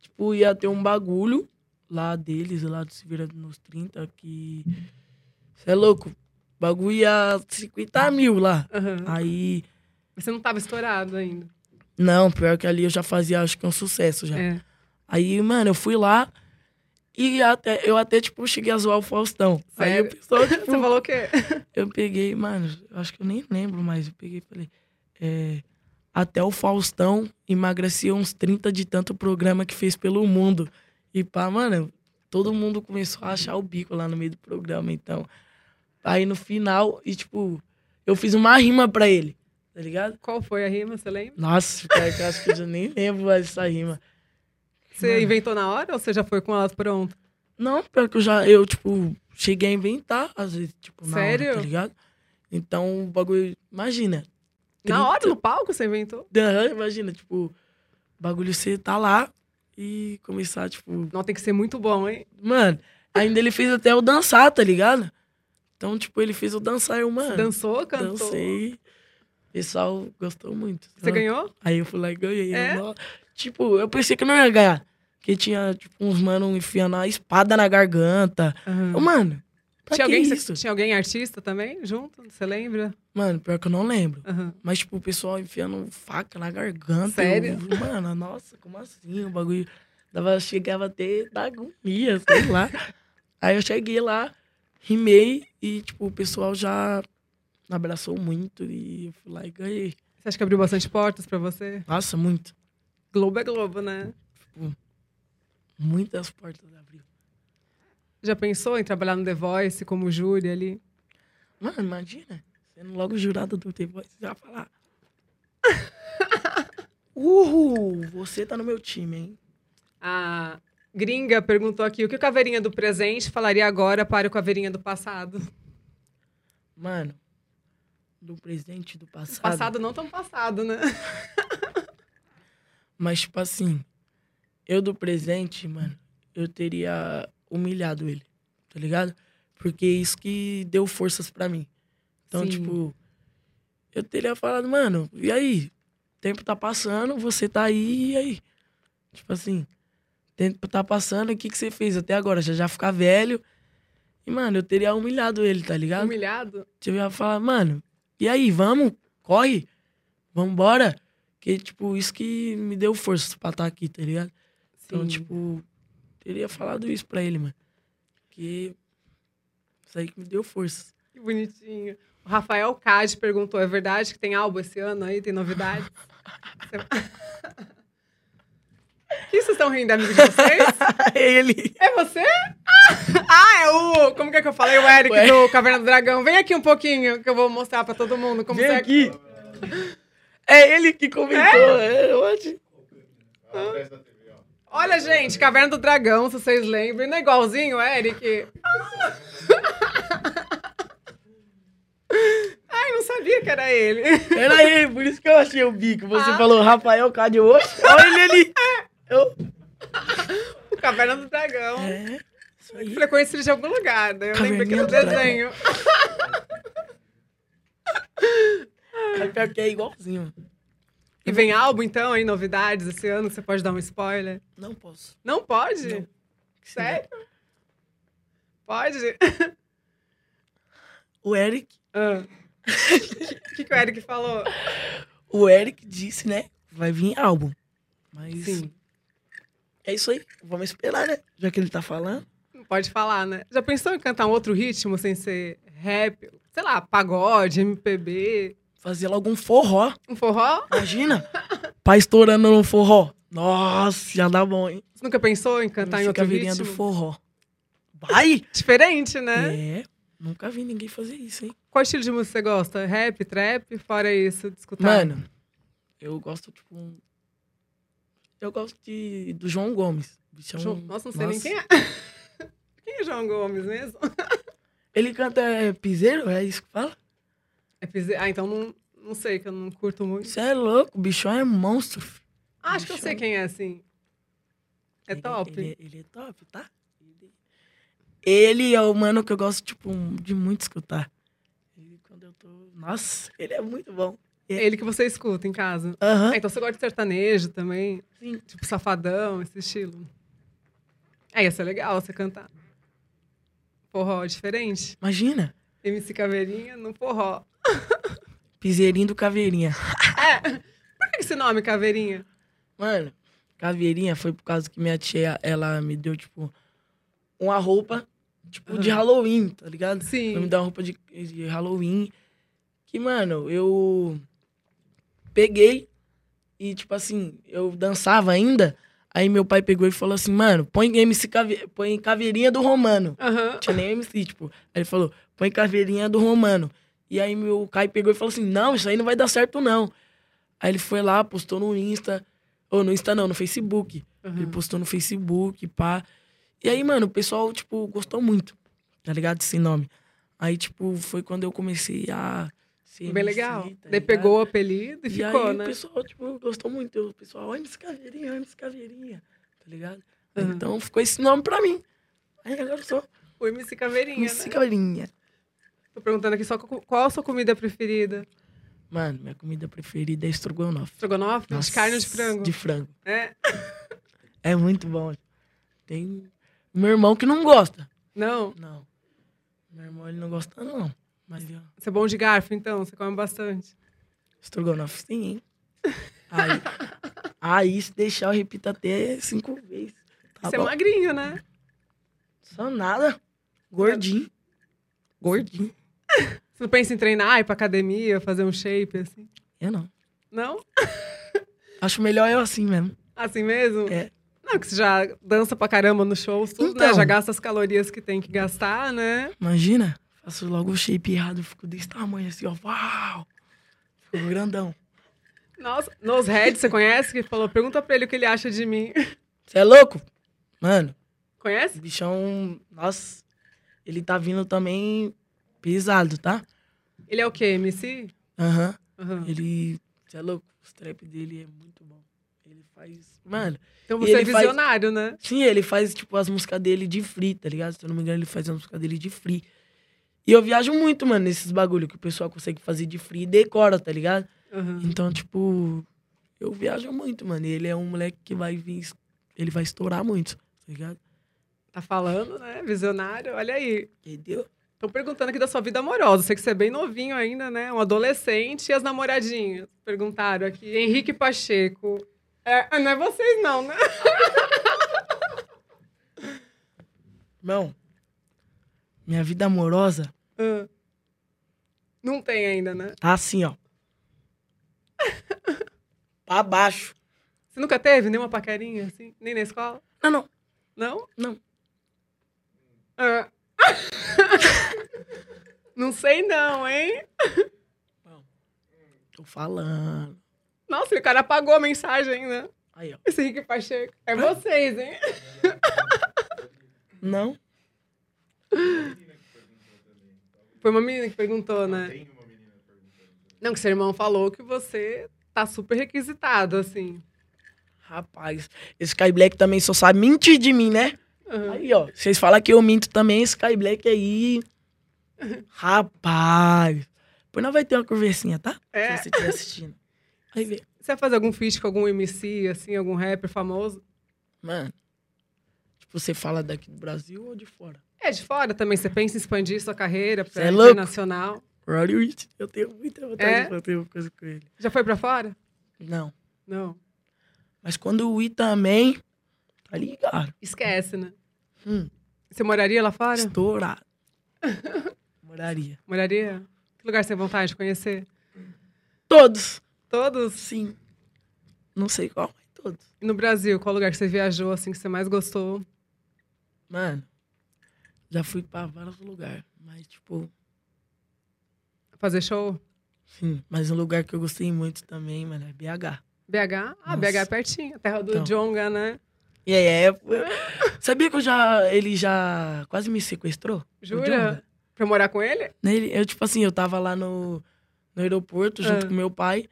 Tipo, ia ter um bagulho lá deles, lá do Se Vira nos 30, que. Você é louco. Bagulho ia 50 mil lá.
Aham.
Aí.
Mas Você não estava estourado ainda.
Não, pior que ali eu já fazia, acho que um sucesso já. [laughs]
É.
Aí, mano, eu fui lá e até, eu até, tipo, cheguei a zoar o Faustão. Aí
Sério?
o pessoal,
Você
tipo,
falou o quê?
eu peguei, mano, eu acho que eu nem lembro, mas eu peguei e falei. é, até o Faustão emagrecia uns 30 de tanto programa que fez pelo mundo. E pá, mano, todo mundo começou a achar o bico lá no meio do programa, então. Aí no final, e tipo, eu fiz uma rima pra ele, tá ligado?
Qual foi a rima, você lembra?
Nossa, cara, que eu acho que eu já nem lembro mais essa rima.
Você inventou na hora ou você já foi com elas pronto?
Não, pior que eu já, eu, tipo, cheguei a inventar, às vezes, tipo, na
Sério?
hora, tá ligado? Então, o bagulho, imagina. [laughs]
Na hora, no
30
palco, você inventou?
Aham, imagina, tipo, bagulho você tá lá e começar, tipo.
Não, tem que ser muito bom, hein?
Mano, ainda ele fez até eu dançar, tá ligado? Então, tipo, ele fez eu dançar, eu, mano.
Você dançou, cantou?
Dancei. O pessoal gostou muito.
Você ganhou?
Aí eu fui lá e ganhei.
É?
Eu, "Nó". tipo, eu pensei que eu não ia ganhar. Porque tinha, tipo, uns mano enfiando a espada na garganta. Ô, mano, pra
Tinha
que
alguém,
isso?
tinha alguém artista também junto? Você lembra?
Mano, pior que eu não lembro.
Aham.
Mas, tipo, o pessoal enfiando faca na garganta.
Sério?
Eu, mano, nossa, como assim? O bagulho dava, chegava até da agonia, sei
[laughs]
lá. Aí eu cheguei lá, rimei e, tipo, o pessoal já me abraçou muito e eu fui lá e ganhei.
Você acha que abriu bastante portas pra você?
Nossa, muito.
Globo é Globo, né?
Muitas portas abriu.
Já pensou em trabalhar no The Voice como júri ali?
Mano, imagina. Sendo logo jurado do The Voice, você vai falar. [laughs] Uhul! Você tá no meu time, hein?
A gringa perguntou aqui o que o Caveirinha do presente falaria agora para o Caveirinha do passado.
Mano, do presente, do passado.
Passado não tão passado, né?
Mas, tipo assim, eu do presente, mano, eu teria humilhado ele, tá ligado? Porque é isso que deu forças pra mim. Então,
Sim.
tipo, eu teria falado, mano, e aí? O tempo tá passando, você tá aí, e aí? Tipo assim, o tempo tá passando, o que, que você fez até agora? Já já ficar velho. E, mano, eu teria humilhado ele, tá ligado?
Humilhado.
Você Tipo, ia falar, mano, e aí, vamos? Corre? Vambora? Que, tipo, isso que me deu força pra estar aqui, tá ligado? Então,
Sim.
tipo, teria falado isso pra ele, mano. Que isso aí que me deu [laughs] força.
Que bonitinho. O Rafael Cade perguntou: é verdade que tem álbum esse ano aí? Tem novidade? O [laughs] que vocês estão rindo, amigo de vocês?
ele.
É você? Ah, é o. Como que é que eu falei? O Eric
Ué.
do Caverna do Dragão. Vem aqui um pouquinho que eu vou mostrar pra todo mundo como
Vem
você
aqui. É ele que comentou. É? hoje.
Olha, gente, Caverna do Dragão, se vocês lembram. Não é igualzinho, Eric? Ah! Ai, não sabia que era ele.
Era ele, por isso que eu achei o bico. Você
Ah.
falou Rafael Cádio hoje. [laughs] Olha ele ali. Eu...
O Caverna do Dragão.
É, isso aí.
Eu falei, conheci ele de algum lugar, né? Eu lembro aqui
Caverninha
do
do Dragão.
desenho.
Cara, pior que é igualzinho.
E vem álbum, então, aí, novidades esse ano? Você pode dar um spoiler?
Não posso.
Não pode?
Não.
Sério? Pode?
O Eric
Ah. O que, que o Eric falou?
O Eric disse, né? Vai vir álbum. Mas
Sim.
é isso aí. Vamos esperar, né? Já que ele tá falando.
Não pode falar, né? Já pensou em cantar um outro ritmo sem ser rap? Sei lá, pagode, MPB,
Fazer logo um forró.
um forró? [laughs]
Imagina. Pai estourando num forró. Nossa, já dá bom, hein?
Você nunca pensou em cantar em
Fica
outro
a virinha
ritmo?
do forró. Vai!
Diferente, né?
É. Nunca vi ninguém fazer isso, hein?
Qual estilo de música você gosta? Rap, trap? Fora isso, de escutar.
Mano, eu gosto, tipo. um- Eu gosto de, do João Gomes. O bicho é um-
Jo- Nossa, não sei nem
nossa.
quem é. Quem é [laughs] João Gomes mesmo?
Ele canta é, piseiro? É isso que fala?
É pise- Ah, então não, não sei, que eu não curto muito.
Você é louco, o bichão é monstro. fi.
Ah, acho que eu sei quem é, assim. É
Ele-
top.
Ele, ele é top, tá? Ele, ele é o mano que eu gosto, tipo, de muito escutar. Ele, quando eu tô... Nossa, ele é muito bom.
É ele que você escuta em casa.
Aham.
Ah, então você gosta de sertanejo também?
Sim.
Tipo safadão, esse estilo. É, ia ser legal você cantar. Forró é diferente.
Imagina,
MC Caveirinha no forró.
piseirinho do Caveirinha.
Por é que esse nome, Caveirinha?
Mano, Caveirinha foi por causa que minha tia, ela me deu, tipo, uma roupa, tipo, de
Aham.
Halloween, tá ligado? Ela me
Sim.
deu uma roupa de, de Halloween. Que, mano, eu peguei e, tipo assim, eu dançava ainda. Aí meu pai pegou e falou assim, mano, põe MC Cave... põe caveirinha do Romano.
Aham.
Não tinha nem MC, tipo. Aí ele falou, põe caveirinha do Romano. E aí meu Caio pegou e falou assim, não, isso aí não vai dar certo, não. Aí ele foi lá, postou no Insta. Ou no Insta não, no Facebook.
Aham.
Ele postou no Facebook, pá. E aí, mano, o pessoal, tipo, gostou muito, tá ligado? Esse nome. Aí, tipo, foi quando eu comecei a. ser
Bem
MC,
legal.
tá
Daí
ligado?
pegou o apelido e,
E
ficou,
aí,
né?
o pessoal, tipo, gostou muito. O pessoal, ai, Miss Caveirinha, ai, Miss Caveirinha, tá ligado? Aí,
Aham.
Então ficou esse nome pra mim. Aí agora eu sou
O MC Caveirinha,
Miss
né?
Caveirinha.
Tô perguntando aqui só co- qual a sua comida preferida?
Mano, minha comida preferida é estrogonofe.
Estrogonofe? De
Nossa,
carne ou de frango?
De frango.
É?
É muito bom. Tem meu irmão que não gosta.
Não?
Não. Meu irmão, ele não gosta, não. Mas, ó,
Você é bom de garfo, então? Você come bastante?
estrogonofe sim, hein? Aí, aí se deixar, eu repito até cinco vezes. Tá
Você é
bom?
magrinho, né?
Só nada. Gordinho. Gordinho.
Você não pensa em treinar, ir pra academia, fazer um shape, assim?
Eu não.
Não?
Acho melhor eu assim mesmo.
Assim mesmo?
É.
Não, que você já dança pra caramba no show, tudo, né?
Então.
Já gasta as calorias que tem que gastar, né?
Imagina, faço logo o shape errado, fico desse tamanho assim, ó. Uau! Fico grandão.
Nossa, Nos Red, você conhece? Que falou, pergunta pra ele o que ele acha de mim.
Você é louco? Mano,
Conhece?
o bichão, nossa, ele tá vindo também pesado, tá?
Ele é o quê? MC?
Aham.
Aham.
Ele, você é louco, o trap dele é muito bom. Ele faz, mano,
Então
E
você é
ele faz-
visionário, né?
sim, ele faz, tipo, as músicas dele de free, tá ligado? Se eu não me engano, ele faz as músicas dele de free. E eu viajo muito, mano, nesses bagulho que o pessoal consegue fazer de free e decora, tá ligado?
Aham.
Então, tipo, eu viajo muito, mano. E ele é um moleque que vai vir. Ele vai estourar muito, tá ligado?
Tá falando, né? Visionário, olha aí.
Entendeu?
Estão perguntando aqui da sua vida amorosa. Sei que você é bem novinho ainda, né? Um adolescente e as namoradinhas. Perguntaram aqui. Henrique Pacheco. É, ah, não é vocês, não, né?
Irmão, minha vida amorosa
Ah. Não tem ainda, né?
tá assim, ó. [laughs] pra baixo.
Você nunca teve nenhuma paquerinha, assim? Nem na escola?
Não, não.
Não?
Não.
Ah. [laughs] não sei não, hein?
Tô falando.
Nossa, o cara apagou a mensagem, né?
Aí, ó.
Esse Henrique Pacheco. É vocês, hein?
Não.
Foi uma menina que perguntou, né? Não, que seu irmão falou que você tá super requisitado, assim.
Rapaz, esse Sky Black também só sabe mentir de mim, né?
Aham.
Aí, ó. Vocês falam que eu minto também, esse Sky Black aí. Rapaz. Depois nós vai ter uma conversinha, tá?
É.
Se você estiver assistindo. Aí vê.
Você vai fazer algum feat com algum MC, assim, algum rapper famoso?
Mano. Tipo, você fala daqui do Brasil ou de fora?
É, de fora também. Você pensa em expandir sua carreira
Cê
pra
é louco?
internacional.
Roddy Rich. Eu tenho muita vontade
É?
de fazer uma coisa com ele.
Já foi pra fora?
Não.
Não.
Mas quando o I também. Tá ligado?
Esquece, né?
Hum.
Você moraria lá fora?
Estourado. Moraria.
Moraria? Que lugar você tem vontade de conhecer?
Todos.
Todos?
Sim. Não sei qual, mas todos.
E no Brasil, qual lugar que você viajou, assim, que você mais gostou?
Mano. Já fui pra vários lugares. Mas, tipo.
Fazer show?
Sim. Mas um lugar que eu gostei muito também, mano, é BH.
BH? Ah,
Nossa.
BH é pertinho. A terra do
Então.
Jonga, né?
E aí, é. [laughs] Sabia que eu já. Ele já quase me sequestrou? O Jonga?
Jura? Pra morar com ele?
Nele, eu, tipo assim, eu tava lá no, no aeroporto junto
Ah.
com meu pai.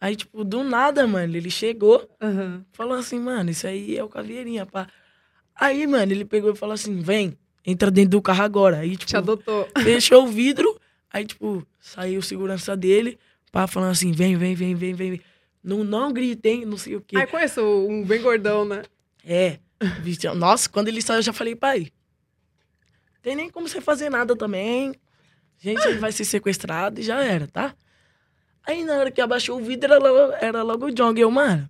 Aí, tipo, do nada, mano, ele chegou,
Aham.
falou assim, mano, isso aí é o caveirinha, pá. Aí, mano, ele pegou e falou assim, vem, entra dentro do carro agora. Aí,
Te
tipo,
adotou.
fechou o vidro, aí, tipo, saiu o segurança dele, pá, falando assim, vem, vem, vem, vem, vem. Não, não grita, hein, não sei o quê.
Ai, conheço um bem gordão, né?
É. bicho, Nossa, quando ele saiu, eu já falei, pai, tem nem como você fazer nada também. Gente, ele vai ser sequestrado e já era, tá? Aí na hora que abaixou o vidro, era logo, era logo o Jong. Eu, mano,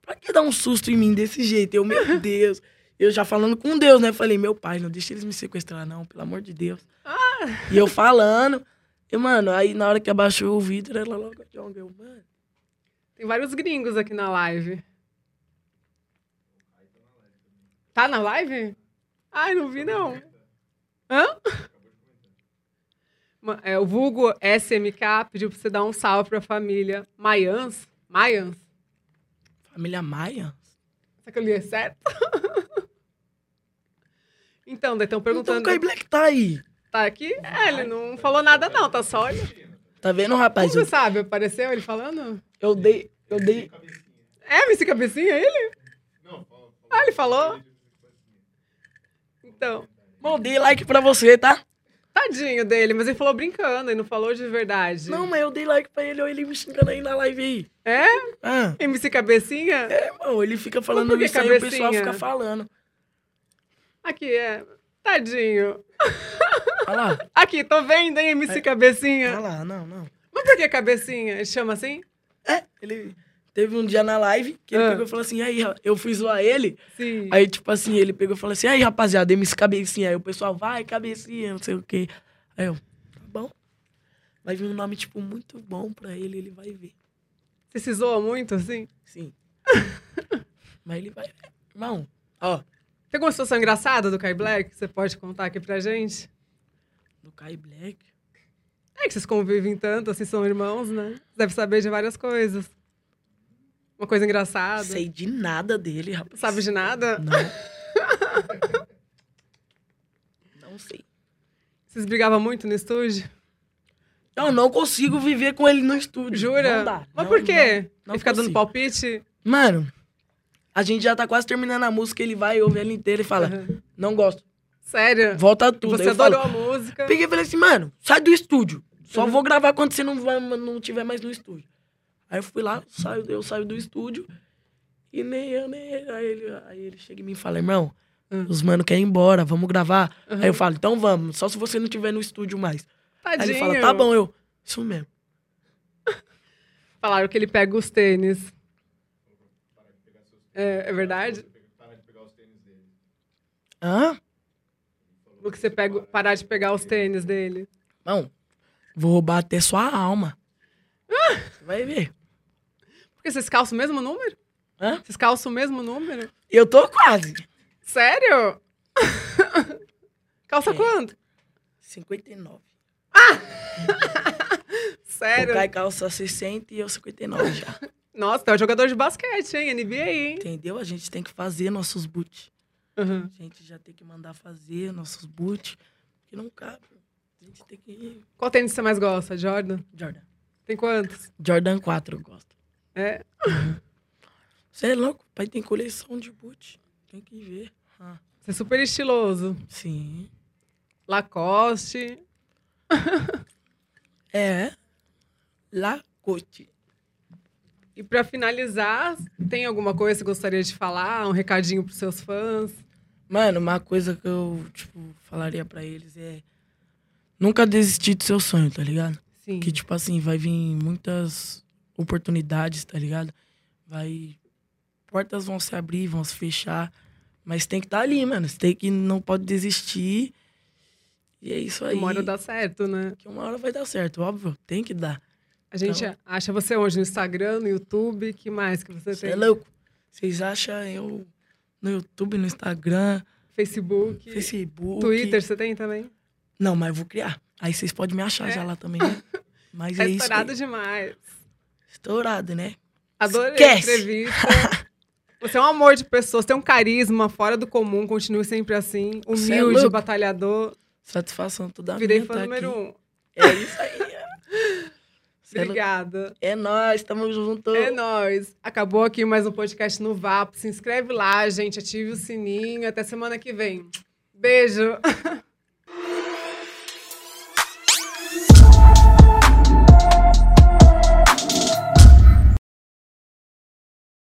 pra que dar um susto em mim desse jeito?
[laughs]
Eu, meu Deus. Eu já falando com Deus, né? Falei, meu pai, não deixa eles me sequestrar, não, pelo amor de Deus.
Ah!
E eu falando. E, mano, aí na hora que abaixou o vidro, era logo o Jong. Eu, mano.
Tem vários gringos aqui na live. Tá na live? Ai, não vi, não. Hã? Ma- É, o vulgo SMK pediu pra você dar um salve pra família Maians. Maians?
Família Maia?
Será que eu li certo? [laughs] então, Detão perguntando.
Então o Kai Black tá aí.
Tá aqui? É, ele não falou nada, não, tá só olhando.
Tá vendo, rapaz?
Como
Eu,
você sabe? Apareceu ele falando?
eu dei. Eu dei.
É, MC Cabecinha, ele? Ah, ele falou? Então,
Mandei like pra você, tá?
tadinho dele, mas ele falou brincando, ele não falou de verdade.
Não, mas eu dei like pra ele, ou ele me xingando aí na live aí.
É?
Ah.
MC Cabecinha?
É, mano, ele fica falando
por que
isso aí, o pessoal
cabecinha?
fica falando.
Aqui, é. Tadinho. [laughs]
Olha lá,
Aqui, tô vendo, hein, MC
olha
Cabecinha?
lá, não, não.
Mas por que Cabecinha? Ele chama assim?
É, ele teve um dia na live que ele
Ah.
pegou e falou assim, e aí, ra- eu fui zoar ele.
Sim.
Aí, tipo assim, ele pegou e falou assim, e aí, rapaziada, MC Cabecinha. Aí o pessoal, vai, Cabecinha, não sei o quê. Aí eu, tá bom. Vai vir um nome, tipo, muito bom pra ele, ele vai ver.
Você se zoa muito, assim? [laughs]
Sim. Mas ele vai ver. Irmão, ó,
Tem alguma situação engraçada do Kai Black que você pode contar aqui pra gente?
do Kai Black.
É que vocês convivem tanto, assim, são irmãos, né? Deve saber de várias coisas. Uma coisa engraçada.
Sei de nada dele, rapaz.
Sabe de nada?
Não. não sei.
Vocês brigavam muito no estúdio?
Então, Eu não consigo viver com ele no estúdio.
Jura?
Não dá.
Mas
Não,
por quê?
não
Ele fica dando
consigo.
palpite?
não. Mano, a gente já tá quase terminando a música, ele vai, ouve ela inteira e fala,
Uhum.
não gosto,
Sério?
volta tudo. Aí
Você
eu falo,
adorou a música?
Peguei e falei assim, mano, sai do estúdio. Só
Uhum.
vou gravar quando você não, vai, não tiver mais no estúdio. Aí eu fui lá, saio, eu saio do estúdio e nem eu, nem ele. Aí ele, aí ele chega em mim e fala, irmão,
Uhum.
os mano querem ir embora, vamos gravar.
Uhum.
Aí eu falo, então vamos, só se você não tiver no estúdio mais.
Tadinho.
Aí ele fala, tá bom, eu, isso mesmo.
Falaram que ele pega os tênis. É, é verdade?
Hã?
O que você pega, parar de pegar os tênis dele.
Não, vou roubar até sua alma. Você vai ver.
Porque vocês calçam o mesmo número?
Hã?
Vocês calçam o mesmo número?
Eu tô quase.
Sério? [laughs] Calça
É.
quanto?
59. O
Sério?
Kai calça 60 e eu 59 já. [laughs]
Nossa, tu é um jogador de basquete, hein? NBA, hein?
Entendeu? A gente tem que fazer nossos boot.
Uhum.
A gente já tem que mandar fazer nossos boot. Porque não cabe. A gente tem que ir.
Qual tênis você mais gosta, Jordan?
Jordan.
Tem quantos?
Jordan 4 eu gosto.
É.
Você é louco? Pai tem coleção de boot. Tem que ver. Ah,
Você é super estiloso.
sim.
Lacoste.
É. Lacoste.
E pra finalizar, tem alguma coisa que você gostaria de falar? Um recadinho pros seus fãs?
Mano, uma coisa que eu, tipo, falaria pra eles é... Nunca desistir do seu sonho, tá ligado?
Sim.
Que, tipo assim, vai vir muitas oportunidades, tá ligado? Vai. Portas vão se abrir, vão se fechar. Mas tem que estar ali, mano. Você tem que. Não pode desistir. E é isso aí.
Uma hora dá certo, né?
Que uma hora vai dar certo, óbvio. Tem que dar.
A gente
Então-
acha você onde? No Instagram, no YouTube? que mais que você
Você
tem?
é louco. Vocês acham eu no YouTube, no Instagram,
Facebook,
Facebook.
Twitter, você tem também? Tá
Não, mas eu vou criar. Aí vocês podem me achar já lá também,
[laughs]
né?
É.
Mas
Tá
é isso.
estourado
aí.
demais.
Estourado, né?
Adorei a
Esquece. [laughs]
entrevista. Você é um amor de pessoas, tem um carisma fora do comum, continue sempre assim.
Você é
Humilde,
louco.
batalhador.
Satisfação toda
Virei
minha
fã
tá
número
aqui.
um.
É isso aí. Cê é
[laughs]
louco.
Obrigada.
É nóis, tamo junto.
É nóis. Acabou aqui mais um podcast no Vapo. Se inscreve lá, gente. Ative o sininho. Até semana que vem. Beijo.